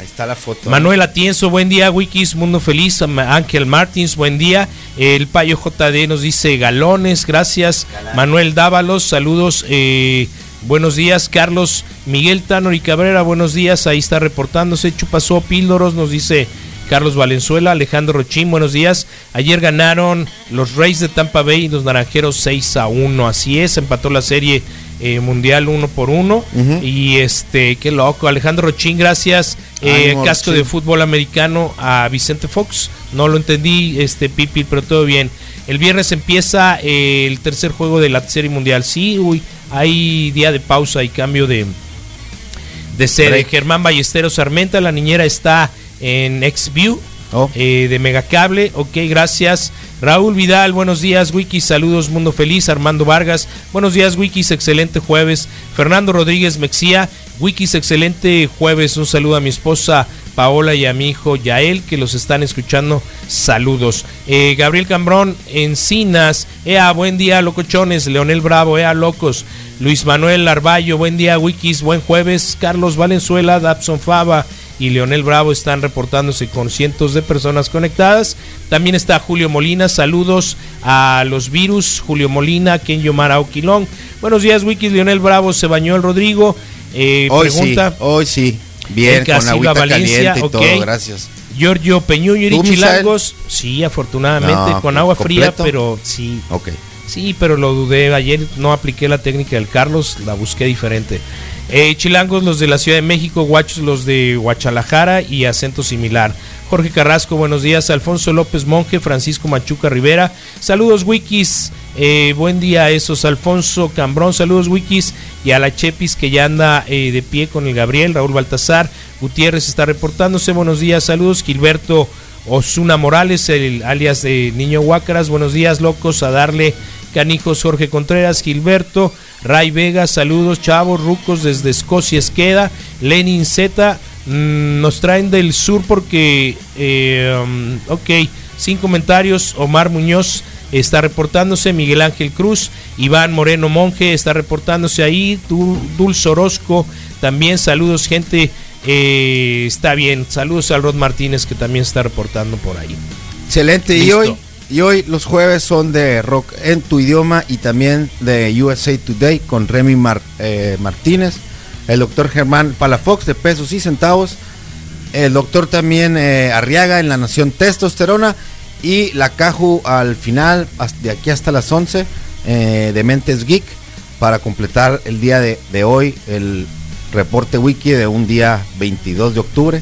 Speaker 7: Ahí está la foto.
Speaker 8: Manuel Atienzo, buen día. Wikis, Mundo Feliz. Am- Ángel Martins, buen día. El Payo JD nos dice galones, gracias. Manuel Dávalos, saludos. eh, buenos días, Carlos. Miguel Tanor y Cabrera, buenos días. Ahí está reportándose. Chupasó Píldoros nos dice Carlos Valenzuela. Alejandro Rochín, buenos días. Ayer ganaron los Reyes de Tampa Bay y los Naranjeros 6 a 1. Así es, empató la serie. eh, mundial uno por uno y este qué loco Alejandro Rochín gracias eh,
Speaker 7: Ánimo,
Speaker 8: casco
Speaker 7: Rochín.
Speaker 8: de fútbol americano a Vicente Fox. No lo entendí, este Pipi, pero todo bien. El viernes empieza eh, el tercer juego de la Serie Mundial. Sí, uy, hay día de pausa y cambio de, de sede.
Speaker 7: Break.
Speaker 8: Germán Ballesteros Sarmenta, la niñera está en XView. eh, de Megacable, ok, gracias. Raúl Vidal, buenos días, Wiki, saludos, Mundo Feliz. Armando Vargas, buenos días, Wikis, excelente jueves. Fernando Rodríguez Mexía, Wikis, excelente jueves. Un saludo a mi esposa Paola y a mi hijo Yael, que los están escuchando. Saludos. Eh, Gabriel Cambrón, Encinas, ea, buen día, locochones. Leonel Bravo, ea, locos. Luis Manuel Arballo, buen día, Wikis, buen jueves. Carlos Valenzuela, Dabson Fava y Leonel Bravo están reportándose con cientos de personas conectadas. También está Julio Molina, saludos a los virus, Julio Molina, Kenyo Mara Oquilón. Buenos días, Wikis, Leonel Bravo, se bañó el Rodrigo. Eh,
Speaker 7: Hoy
Speaker 8: pregunta,
Speaker 7: sí, hoy sí. Bien,
Speaker 8: Erika
Speaker 7: con
Speaker 8: Silva
Speaker 7: agüita
Speaker 8: Valencia,
Speaker 7: caliente y
Speaker 8: ok.
Speaker 7: todo, gracias.
Speaker 8: Giorgio Peñuño y
Speaker 7: ¿Tú, Misael?
Speaker 8: Chilangos. Sí, afortunadamente,
Speaker 7: No,
Speaker 8: con agua fría,
Speaker 7: ¿completo?
Speaker 8: pero sí.
Speaker 7: Ok.
Speaker 8: Sí, pero lo dudé. Ayer no apliqué la técnica del Carlos, la busqué diferente. Eh, chilangos, los de la Ciudad de México, guachos, los de Guachalajara y acento similar. Jorge Carrasco, buenos días. Alfonso López Monje, Francisco Machuca Rivera. Saludos, Wikis. Eh, buen día a esos. Alfonso Cambrón, saludos, Wikis. Y a la Chepis que ya anda eh, de pie con el Gabriel. Raúl Baltasar Gutiérrez está reportándose. Buenos días, saludos. Gilberto Osuna Morales, el alias de Niño Huácaras. Buenos días, locos, a darle canijos Jorge Contreras, Gilberto, Ray Vega, saludos, chavos, rucos desde Escocia, Esqueda, Lenin Z, mm, nos traen del sur porque, eh, um, ok, sin comentarios, Omar Muñoz está reportándose, Miguel Ángel Cruz, Iván Moreno Monje está reportándose ahí, Du- Dulce Orozco, también saludos, gente. eh, está bien, saludos al Rod Martínez que también está reportando por ahí.
Speaker 7: Excelente. Y
Speaker 8: Listo.
Speaker 7: hoy, y hoy los jueves son de rock en tu idioma y también de USA Today con Remy Mar- eh, Martínez, el doctor Germán Palafox de pesos y centavos, el doctor también eh, Arriaga en la Nación Testosterona Y la Caju al final, hasta- de aquí hasta las 11, eh, de Mentes Geek, para completar el día de, de hoy el reporte wiki de un día 22 de octubre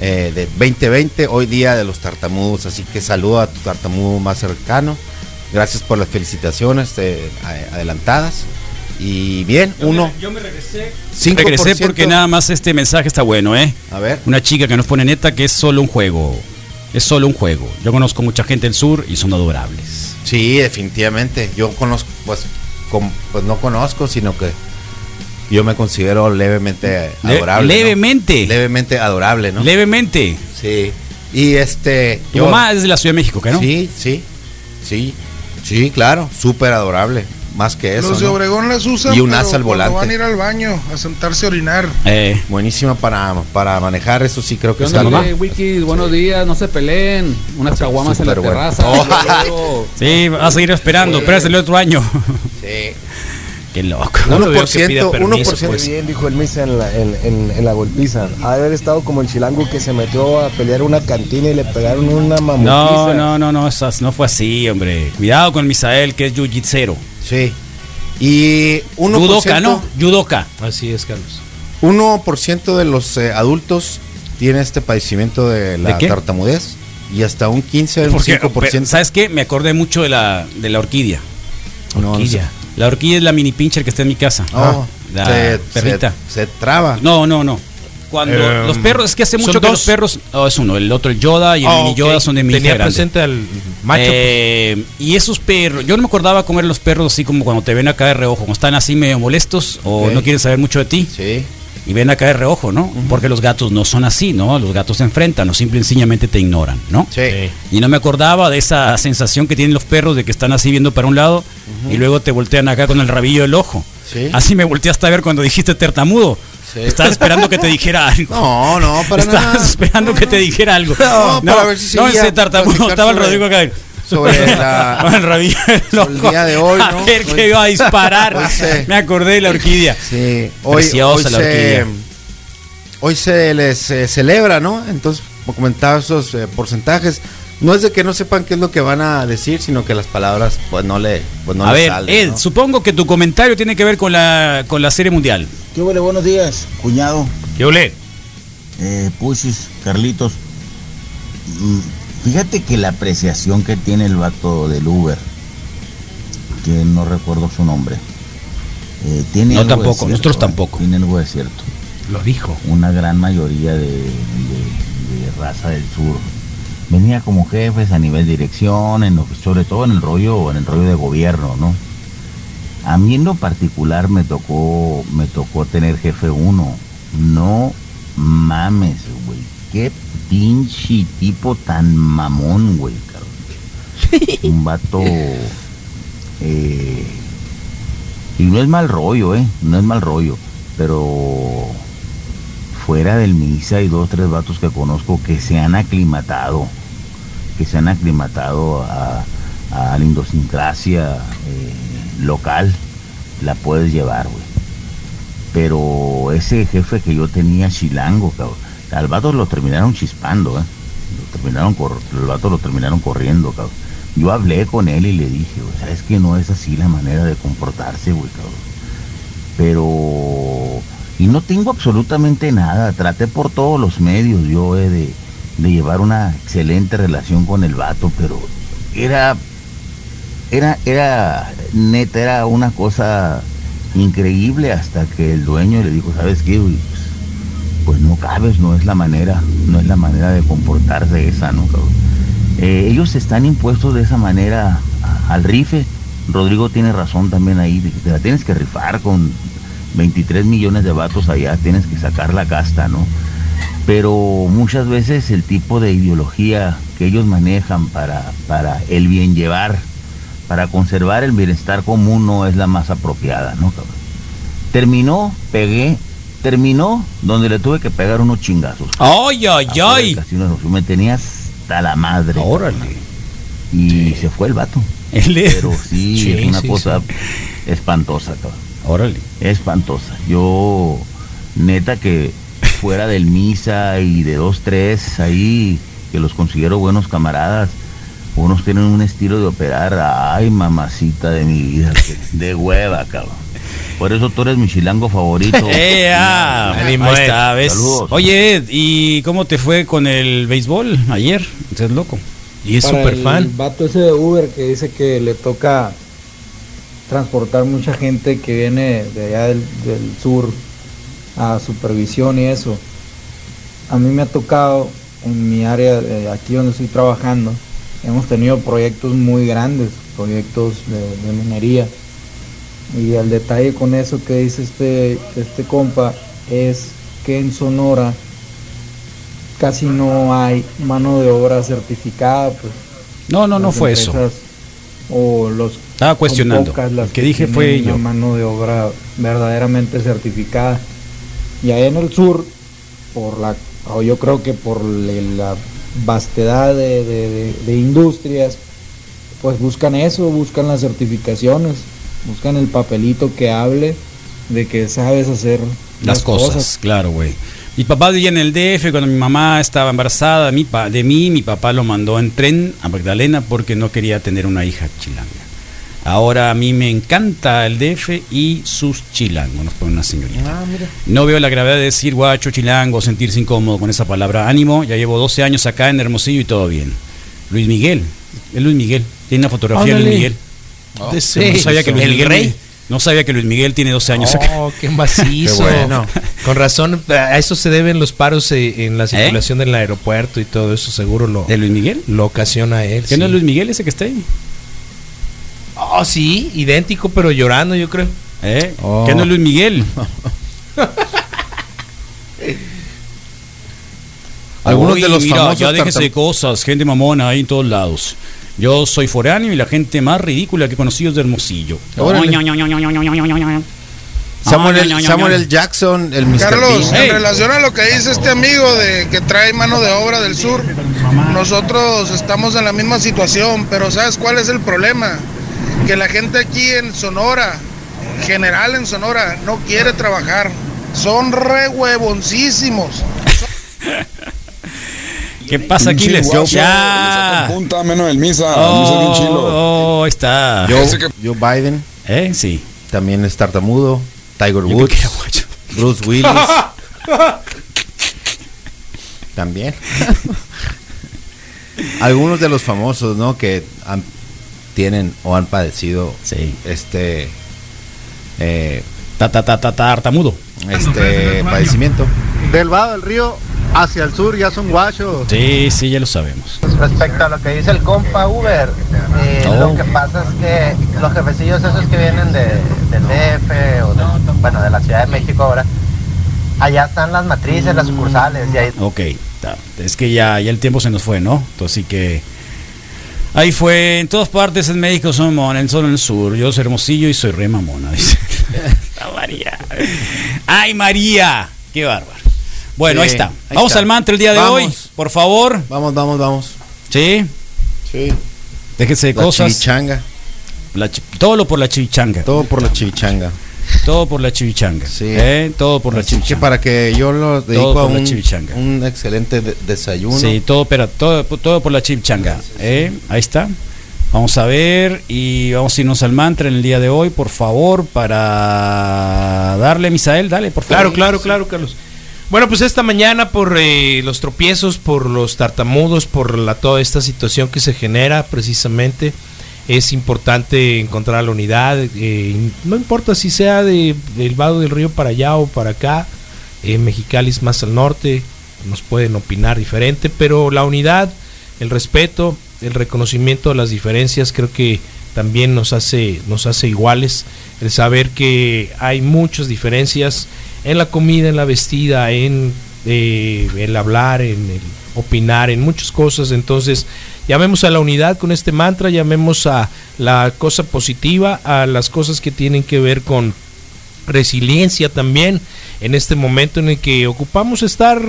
Speaker 7: eh, de 2020, hoy día de los tartamudos. Así que saluda a tu tartamudo más cercano. Gracias por las felicitaciones eh, a- adelantadas. Y bien, uno.
Speaker 5: Yo me regresé.
Speaker 7: 5%.
Speaker 5: Regresé porque nada más este mensaje está bueno, ¿eh?
Speaker 7: A ver.
Speaker 5: Una chica que nos pone neta que es solo un juego. Es solo un juego. Yo conozco mucha gente del sur y son adorables.
Speaker 7: Sí, definitivamente. Yo conozco, pues, com- pues no conozco, sino que yo me considero levemente
Speaker 5: Le-
Speaker 7: adorable. ¿no?
Speaker 5: levemente.
Speaker 7: Levemente adorable, ¿no?
Speaker 5: Levemente.
Speaker 7: Sí. Y este.
Speaker 5: Tu mamá es de la Ciudad de México, ¿qué no?
Speaker 7: Sí, sí. Sí. Sí, claro. Súper adorable. Más que eso.
Speaker 18: Los de
Speaker 7: ¿no?
Speaker 18: Obregón las usan.
Speaker 7: Y un
Speaker 18: pero
Speaker 7: asa al
Speaker 18: cuando
Speaker 7: volante.
Speaker 18: Van a ir al baño a sentarse a orinar.
Speaker 5: Eh,
Speaker 7: Buenísima para, para manejar, eso sí creo que
Speaker 3: ¿Qué
Speaker 7: está
Speaker 3: onda,
Speaker 7: ¿no?
Speaker 3: güey? Wikis, buenos días, no se peleen. Unas caguamas en la
Speaker 7: súper bueno.
Speaker 3: terraza.
Speaker 7: Oh.
Speaker 3: luego-
Speaker 5: Sí, va a seguir esperando.
Speaker 3: Sí.
Speaker 5: Espérate el otro año.
Speaker 7: Sí.
Speaker 5: (laughs) Qué loco.
Speaker 7: 1%, 1%.
Speaker 5: pues.
Speaker 4: Muy bien, dijo el Misa en la, en, en- en la golpiza. Ha de haber estado como el chilango que se metió a pelear una cantina y le pegaron una mamutiza.
Speaker 5: No, no, no, no, esas- no fue así, hombre. Cuidado con Misael, que es jiu-jitsu.
Speaker 7: Sí. Y 1%.
Speaker 5: Judoka, ¿no? Judoka.
Speaker 8: Así es, Carlos.
Speaker 7: 1% de los eh, adultos tiene este padecimiento de la
Speaker 5: ¿De qué?
Speaker 7: tartamudez y hasta un 15 un
Speaker 5: Porque,
Speaker 7: 5%.
Speaker 5: pero, ¿Sabes qué? Me acordé mucho de la, de la orquídea.
Speaker 7: No, no
Speaker 5: Orquídea.
Speaker 7: sé.
Speaker 5: La orquídea es la mini pincher que está en mi casa.
Speaker 7: Oh,
Speaker 5: Ah, la
Speaker 7: se-
Speaker 5: perrita.
Speaker 7: Se, se traba.
Speaker 5: No, no, no. Cuando
Speaker 7: Eh,
Speaker 5: los perros, es que hace
Speaker 7: son
Speaker 5: mucho que
Speaker 7: dos.
Speaker 5: los perros. oh, es uno, el otro el Yoda y el
Speaker 8: Ah,
Speaker 5: mini
Speaker 8: ok.
Speaker 5: Yoda son de mi
Speaker 8: Tenía
Speaker 5: hija grande.
Speaker 8: presente al
Speaker 7: pues.
Speaker 8: macho,
Speaker 5: Eh, Y esos perros, yo no me acordaba cómo eran los perros así como cuando te ven acá de reojo, como están así medio molestos o
Speaker 7: Ok.
Speaker 5: no quieren saber mucho de ti.
Speaker 7: Sí.
Speaker 5: Y ven acá de reojo, ¿no? Porque los gatos no son así, ¿no? Los gatos se enfrentan o simple y sencillamente te ignoran, ¿no?
Speaker 7: Sí.
Speaker 5: Y no me acordaba de esa sensación que tienen los perros de que están así viendo para un lado y luego te voltean acá con el rabillo del ojo.
Speaker 7: Sí.
Speaker 5: Así me volteé hasta ver cuando dijiste tartamudo.
Speaker 7: Sí.
Speaker 5: Estabas esperando
Speaker 7: (laughs)
Speaker 5: que te dijera algo.
Speaker 7: No, no, para
Speaker 5: Estabas
Speaker 7: nada.
Speaker 5: esperando que te dijera algo.
Speaker 7: No, para ver si
Speaker 5: No,
Speaker 7: seguía
Speaker 5: ese tartamudo.
Speaker 7: platicar
Speaker 5: Estaba el
Speaker 7: sobre-
Speaker 5: Rodrigo acá. (laughs)
Speaker 7: sobre la-
Speaker 5: Con el rabillo del
Speaker 7: sobre el
Speaker 5: ojo.
Speaker 7: día de hoy,
Speaker 5: A
Speaker 7: ¿no?
Speaker 5: ver que
Speaker 7: Hoy-
Speaker 5: iba a disparar.
Speaker 7: Hoy se-
Speaker 5: Me acordé de la orquídea.
Speaker 7: Sí. Hoy,
Speaker 5: Preciosa
Speaker 7: hoy
Speaker 5: la
Speaker 7: se,
Speaker 5: orquídea.
Speaker 7: hoy se les eh, celebra, ¿no? Entonces, como comentaba esos eh, porcentajes. No es de que no sepan qué es lo que van a decir, sino que las palabras, pues no le, pues no
Speaker 5: a
Speaker 7: le
Speaker 5: ver,
Speaker 7: salen,
Speaker 5: Ed,
Speaker 7: ¿no?
Speaker 5: supongo que tu comentario tiene que ver con la, con la serie mundial.
Speaker 6: ¿Qué huele? Buenos días, cuñado.
Speaker 5: ¿Qué olé?
Speaker 6: Eh, Pushis, Carlitos. Mm, Fíjate que la apreciación que tiene el vato del Uber, que no recuerdo su nombre. eh, tiene
Speaker 5: No,
Speaker 6: algo de
Speaker 5: tampoco,
Speaker 6: cierto,
Speaker 5: nosotros
Speaker 6: ¿eh?
Speaker 5: tampoco.
Speaker 6: Tiene algo de cierto.
Speaker 5: Lo dijo.
Speaker 6: Una gran mayoría de, de- de raza del sur venía como jefes a nivel dirección, en lo- sobre todo en el rollo, en el rollo de gobierno, ¿no? A mí en lo particular me tocó, me tocó tener jefe uno. No mames, güey. Qué pinche tipo tan mamón, güey, cabrón. Un vato. eh, y no es mal rollo, ¿eh? No es mal rollo. Pero fuera del Misa hay dos, tres vatos que conozco que se han aclimatado. Que se han aclimatado a, a la idiosincrasia eh, local. La puedes llevar, güey. Pero ese jefe que yo tenía, Chilango, cabrón. Al vato lo terminaron chispando, ¿eh? Lo terminaron, cor- el vato lo terminaron corriendo, cabrón. Yo hablé con él y le dije, güey, sabes que no es así la manera de comportarse, güey, cabrón. Pero... Y no tengo absolutamente nada. Traté por todos los medios yo eh, de, de llevar una excelente relación con el vato, pero era... Era, era, neta, era una cosa increíble hasta que el dueño le dijo, ¿sabes qué? güey? pues no cabes, no es la manera, no es la manera de comportarse esa, ¿no? cabrón? Eh, ellos están impuestos de esa manera a- al rife. Rodrigo tiene razón también ahí, de que te la tienes que rifar con 23 millones de vatos allá, tienes que sacar la casta, ¿no? Pero muchas veces el tipo de ideología que ellos manejan para, para el bien llevar, para conservar el bienestar común no es la más apropiada, ¿no? cabrón? Terminó, pegué, terminó donde le tuve que pegar unos chingazos.
Speaker 5: ¡Ay, ay,
Speaker 6: Afuera del Casino de Rosú, me tenía hasta la madre. cabrón. Y se fue el
Speaker 5: (laughs)
Speaker 6: vato. Pero sí,
Speaker 5: Sí,
Speaker 6: es una
Speaker 5: sí,
Speaker 6: cosa espantosa, cabrón. Espantosa. Yo, neta que fuera del misa y de dos, tres, ahí, que los considero buenos camaradas, Unos tienen un estilo de operar, ay mamacita de mi vida, que- de hueva, cabrón. Por eso tú eres mi chilango
Speaker 5: (laughs)
Speaker 6: favorito.
Speaker 5: (laughs) ¡Eh, ah!
Speaker 6: Ánimo,
Speaker 5: Ahí
Speaker 6: Ed.
Speaker 5: está, ¿ves?
Speaker 6: Saludos.
Speaker 5: Oye, Ed, ¿y cómo te fue con el béisbol ayer? Estás loco. Y
Speaker 21: Para el vato ese de Uber que dice que le toca transportar mucha gente que viene de allá del, del sur a supervisión y eso. A mí me ha tocado en mi área, de aquí donde estoy trabajando, hemos tenido proyectos muy grandes, proyectos de, de minería. Y el detalle con eso que dice este, este compa es que en Sonora casi no hay mano de obra certificada. Pues,
Speaker 5: No, no, no
Speaker 21: Las
Speaker 5: fue eso.
Speaker 21: empresas O los
Speaker 5: Estaba
Speaker 21: son
Speaker 5: cuestionando.
Speaker 21: pocas las
Speaker 5: El que dije
Speaker 21: tienen
Speaker 5: fue
Speaker 21: una
Speaker 5: yo.
Speaker 21: mano de obra verdaderamente certificada. Y ahí en el sur, por la, o yo creo que por le- la vastedad de, de- de- de industrias, pues buscan eso, buscan las certificaciones, buscan el papelito que hable de que sabes hacer
Speaker 5: Las cosas, claro, güey. Mi papá vivía en el DF cuando mi mamá estaba embarazada mi pa- de mí. Mi papá lo mandó en tren a Magdalena porque no quería tener una hija chilanga. Ahora a mí me encanta el DF y sus chilangos, nos pone una señorita.
Speaker 9: Ah, mira.
Speaker 5: No veo la gravedad de decir guacho, chilango, sentirse incómodo con esa palabra. Ánimo, ya llevo 12 años acá en Hermosillo y todo bien. Luis Miguel, es Luis Miguel, tiene una fotografía de Luis
Speaker 8: Ándale.
Speaker 5: miguel
Speaker 8: Oh.
Speaker 5: Ah, No
Speaker 8: Sí,
Speaker 5: sabía que Luis
Speaker 8: ¿el
Speaker 5: Miguel-
Speaker 8: rey?
Speaker 5: No sabía que Luis Miguel tiene 12 años acá.
Speaker 8: Oh, qué macizo.
Speaker 5: (laughs) Qué bueno.
Speaker 8: Con razón, a eso se deben los paros eh, en la circulación del aeropuerto y todo eso, seguro lo.
Speaker 5: ¿De Luis Miguel?
Speaker 8: Lo ocasiona él.
Speaker 5: ¿Que no es Luis Miguel ese que está ahí?
Speaker 8: Oh, sí, idéntico, pero llorando, yo creo.
Speaker 5: ¿Eh?
Speaker 8: Oh.
Speaker 5: ¿Que no es Luis Miguel?
Speaker 7: Algunos de los
Speaker 5: mira,
Speaker 7: famosos
Speaker 5: Ya déjese
Speaker 7: tartam-
Speaker 5: de cosas, gente mamona ahí en todos lados. Yo soy foráneo y la gente más ridícula que he conocido es de Hermosillo.
Speaker 7: Órale.
Speaker 5: Ña, ña, ña, ña, ña, ña, ña, ña, ña.
Speaker 7: Samuel,
Speaker 5: Ay, ña, ña,
Speaker 7: Samuel
Speaker 5: ña.
Speaker 7: L. Jackson, el Mr.
Speaker 18: Carlos,
Speaker 7: Bean.
Speaker 18: en relación a lo que dice este amigo de que trae mano de obra del sur, nosotros estamos en la misma situación, pero ¿sabes cuál es el problema? Que la gente aquí en Sonora, en general en Sonora, no quiere trabajar. Son re huevoncísimos.
Speaker 5: ¿Qué pasa,
Speaker 18: Pinche
Speaker 5: Aquiles?
Speaker 18: guapo,
Speaker 5: Ya.
Speaker 18: Punta menos el misa.
Speaker 5: Oh, oh, ahí está.
Speaker 7: Joe, Joe Biden.
Speaker 5: Eh, sí.
Speaker 7: También es tartamudo. Tiger Woods. Bruce Willis.
Speaker 5: (laughs)
Speaker 7: también. Algunos de los famosos, ¿no? Que han- tienen o han padecido este. eh,
Speaker 5: ta, ta, ta, ta, tartamudo.
Speaker 7: Este padecimiento.
Speaker 11: Del vado del río hacia el sur ya son guachos.
Speaker 5: Sí, sí, ya lo sabemos.
Speaker 11: Respecto a lo que dice el compa Uber, eh,
Speaker 5: No.
Speaker 11: lo que pasa es que los jefecillos esos que vienen de, del DF o de, bueno, de la Ciudad de México ahora, allá están las matrices, las sucursales y ahí
Speaker 5: Ok, ta. es que ya, ya el tiempo se nos fue, ¿no? Entonces, Así que ahí fue, en todas partes en México son monas, solo en el sur. Yo soy hermosillo y soy re mamona, (laughs) dice. Ah, María. ¡Ay, María! ¡Qué bárbaro! Bueno,
Speaker 7: Sí,
Speaker 5: ahí está.
Speaker 7: ahí
Speaker 5: Vamos
Speaker 7: está.
Speaker 5: al mantra el día de
Speaker 7: Vamos.
Speaker 5: hoy, por favor.
Speaker 7: Vamos, vamos, vamos.
Speaker 5: ¿Sí?
Speaker 7: Sí.
Speaker 5: Déjese de
Speaker 7: La
Speaker 5: cosas.
Speaker 7: chimichanga.
Speaker 5: La chi- todo lo por la chivichanga.
Speaker 7: Todo por la chivichanga.
Speaker 5: Todo por la chivichanga. ¿Eh? Todo por la
Speaker 7: Así que
Speaker 5: chivichanga.
Speaker 7: para que yo lo dedico
Speaker 5: por
Speaker 7: a
Speaker 5: la
Speaker 7: un,
Speaker 5: chivichanga.
Speaker 7: un excelente de- desayuno.
Speaker 5: Sí, todo, pero todo, todo por la chipchanga. ¿eh? Ahí está. Vamos a ver y vamos a irnos al mantra en el día de hoy, por favor, para darle, Misael, dale, por favor.
Speaker 8: Claro, claro, claro, Carlos. Bueno, pues esta mañana por eh, los tropiezos, por los tartamudos, por la, toda esta situación que se genera precisamente, es importante encontrar la unidad. eh, no importa si sea de, del vado del río para allá o para acá, eh, Mexicali es más al norte, nos pueden opinar diferente, pero la unidad, el respeto, el reconocimiento de las diferencias creo que también nos hace, nos hace iguales. El saber que hay muchas diferencias en la comida, en la vestida, en eh, el hablar, en el opinar, en muchas cosas. Entonces, llamemos a la unidad con este mantra, llamemos a la cosa positiva, a las cosas que tienen que ver con resiliencia también en este momento en el que ocupamos estar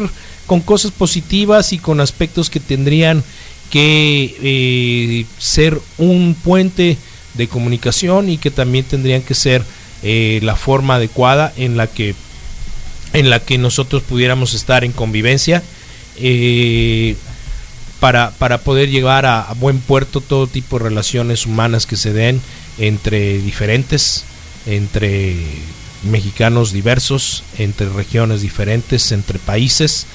Speaker 8: con cosas positivas y con aspectos que tendrían que eh, ser un puente de comunicación y que también tendrían que ser eh, la forma adecuada en la que en la que nosotros pudiéramos estar en convivencia eh, para, para poder llevar a, a buen puerto todo tipo de relaciones humanas que se den entre diferentes, entre mexicanos diversos, entre regiones diferentes, entre países,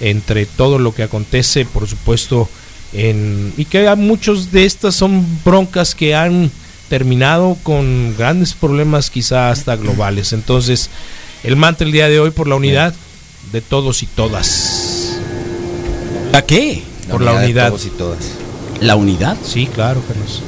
Speaker 8: entre todo lo que acontece, por supuesto, en, y que a muchos de estas son broncas que han terminado con grandes problemas quizá hasta globales. Entonces, el mantra el día de hoy por la unidad de todos y todas.
Speaker 5: ¿La qué?
Speaker 8: Por la unidad.
Speaker 7: todos y todas.
Speaker 5: ¿La unidad?
Speaker 8: Sí, claro, Carlos.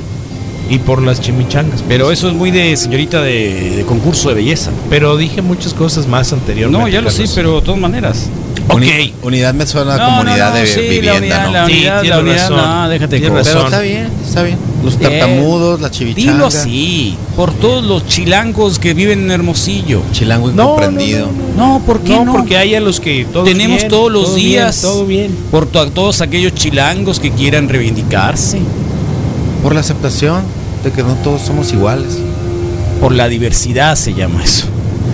Speaker 8: Y por las chimichangas. Pues,
Speaker 5: Pero eso es muy de señorita de, de concurso de belleza.
Speaker 8: Pero dije muchas cosas más anteriormente.
Speaker 5: No, ya lo sé,
Speaker 8: Carlos.
Speaker 5: pero de todas maneras.
Speaker 7: Ok. unidad me suena a
Speaker 5: No,
Speaker 7: comunidad
Speaker 5: no, no,
Speaker 7: de
Speaker 5: sí, la
Speaker 7: vivienda,
Speaker 5: unidad,
Speaker 7: ¿no?
Speaker 5: la
Speaker 7: Sí,
Speaker 5: unidad,
Speaker 7: tienes
Speaker 5: la unidad,
Speaker 7: razón.
Speaker 5: no, déjate de
Speaker 7: Tienes
Speaker 5: cosas.
Speaker 7: Pero está bien, está bien. Los
Speaker 5: Bien.
Speaker 7: tartamudos, la chivichangas.
Speaker 5: Dilo así, por todos los chilangos que viven en Hermosillo.
Speaker 7: Chilango
Speaker 8: No,
Speaker 7: incomprendido.
Speaker 5: No, ¿por qué no?
Speaker 8: porque hay a los que todos
Speaker 5: Tenemos
Speaker 8: bien,
Speaker 5: todos los
Speaker 8: todo bien,
Speaker 5: días
Speaker 8: todo bien.
Speaker 5: por to- a todos aquellos chilangos que quieran reivindicarse,
Speaker 7: Por la aceptación de que no todos somos iguales.
Speaker 5: por la diversidad se llama eso.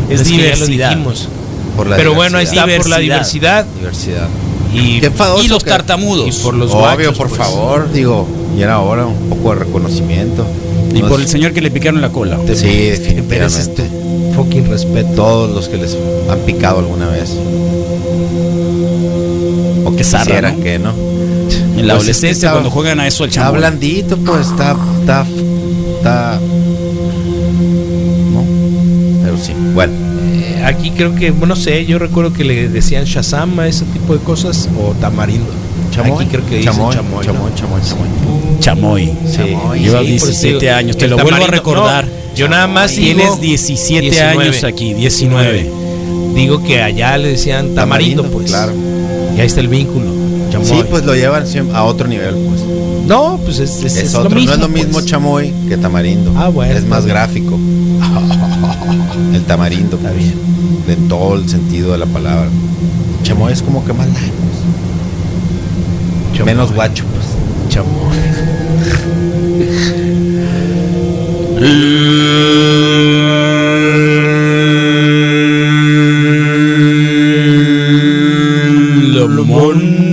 Speaker 8: Es
Speaker 5: que ya lo
Speaker 8: diversidad.
Speaker 5: dijimos.
Speaker 7: Por la
Speaker 8: Pero bueno, ahí está
Speaker 7: diversidad.
Speaker 8: por la diversidad.
Speaker 7: Diversidad.
Speaker 5: Y,
Speaker 7: Qué enfadoso
Speaker 5: y los
Speaker 7: que-
Speaker 5: tartamudos.
Speaker 8: Y por los
Speaker 7: Obvio,
Speaker 8: guachos,
Speaker 7: por
Speaker 8: pues.
Speaker 7: favor, digo, y era ahora un poco de reconocimiento.
Speaker 5: Y
Speaker 7: No
Speaker 5: por el
Speaker 7: es-
Speaker 5: señor que le picaron la cola.
Speaker 7: Sí,
Speaker 8: mereces
Speaker 7: definitivamente.
Speaker 8: Fucking respeto.
Speaker 7: este Todos los que les han picado alguna vez. O que
Speaker 5: zarra,
Speaker 7: quisieran
Speaker 5: ¿no?
Speaker 7: que, ¿no?
Speaker 5: En la
Speaker 7: Pues es que
Speaker 5: adolescencia,
Speaker 7: está-
Speaker 5: cuando juegan a eso al
Speaker 7: Está
Speaker 5: chambón.
Speaker 7: blandito, pues, está, está, está- ¿no? Pero sí, bueno.
Speaker 8: Eh, Aquí creo que, bueno, no sé, yo recuerdo que le decían Shazam a ese tipo de cosas o Tamarindo.
Speaker 7: Chamoy,
Speaker 8: Aquí creo que dicen
Speaker 7: chamoy,
Speaker 8: Chamoy.
Speaker 7: chamoy,
Speaker 8: ¿no?
Speaker 7: chamoy, chamoy,
Speaker 5: Chamoy.
Speaker 7: Sí. Chamoy,
Speaker 5: Lleva
Speaker 7: sí,
Speaker 8: por eso
Speaker 5: 17
Speaker 8: pues, digo,
Speaker 5: años. Te
Speaker 8: el
Speaker 5: lo vuelvo a
Speaker 8: tamarindo-
Speaker 5: recordar.
Speaker 8: no, yo nada más digo-
Speaker 5: Tienes 17 años aquí, 19.
Speaker 8: Digo que allá le decían Tamarindo, pues.
Speaker 7: Claro.
Speaker 8: Y ahí está el vínculo. Chamoy.
Speaker 7: Sí, pues lo llevan siempre a otro nivel, pues.
Speaker 8: No, pues es, es-
Speaker 7: Es,
Speaker 8: es
Speaker 7: otro,
Speaker 8: lo mismo.
Speaker 7: no es lo mismo
Speaker 8: pues.
Speaker 7: chamoy que tamarindo.
Speaker 8: Ah, bueno.
Speaker 7: Es más
Speaker 8: (laughs)
Speaker 7: gráfico. El tamarindo, pues, De todo el sentido de la palabra. Chamoy es como que más light, pues.
Speaker 8: Chamoy.
Speaker 7: Menos guacho, pues.
Speaker 8: Chamoy.
Speaker 5: Lamón.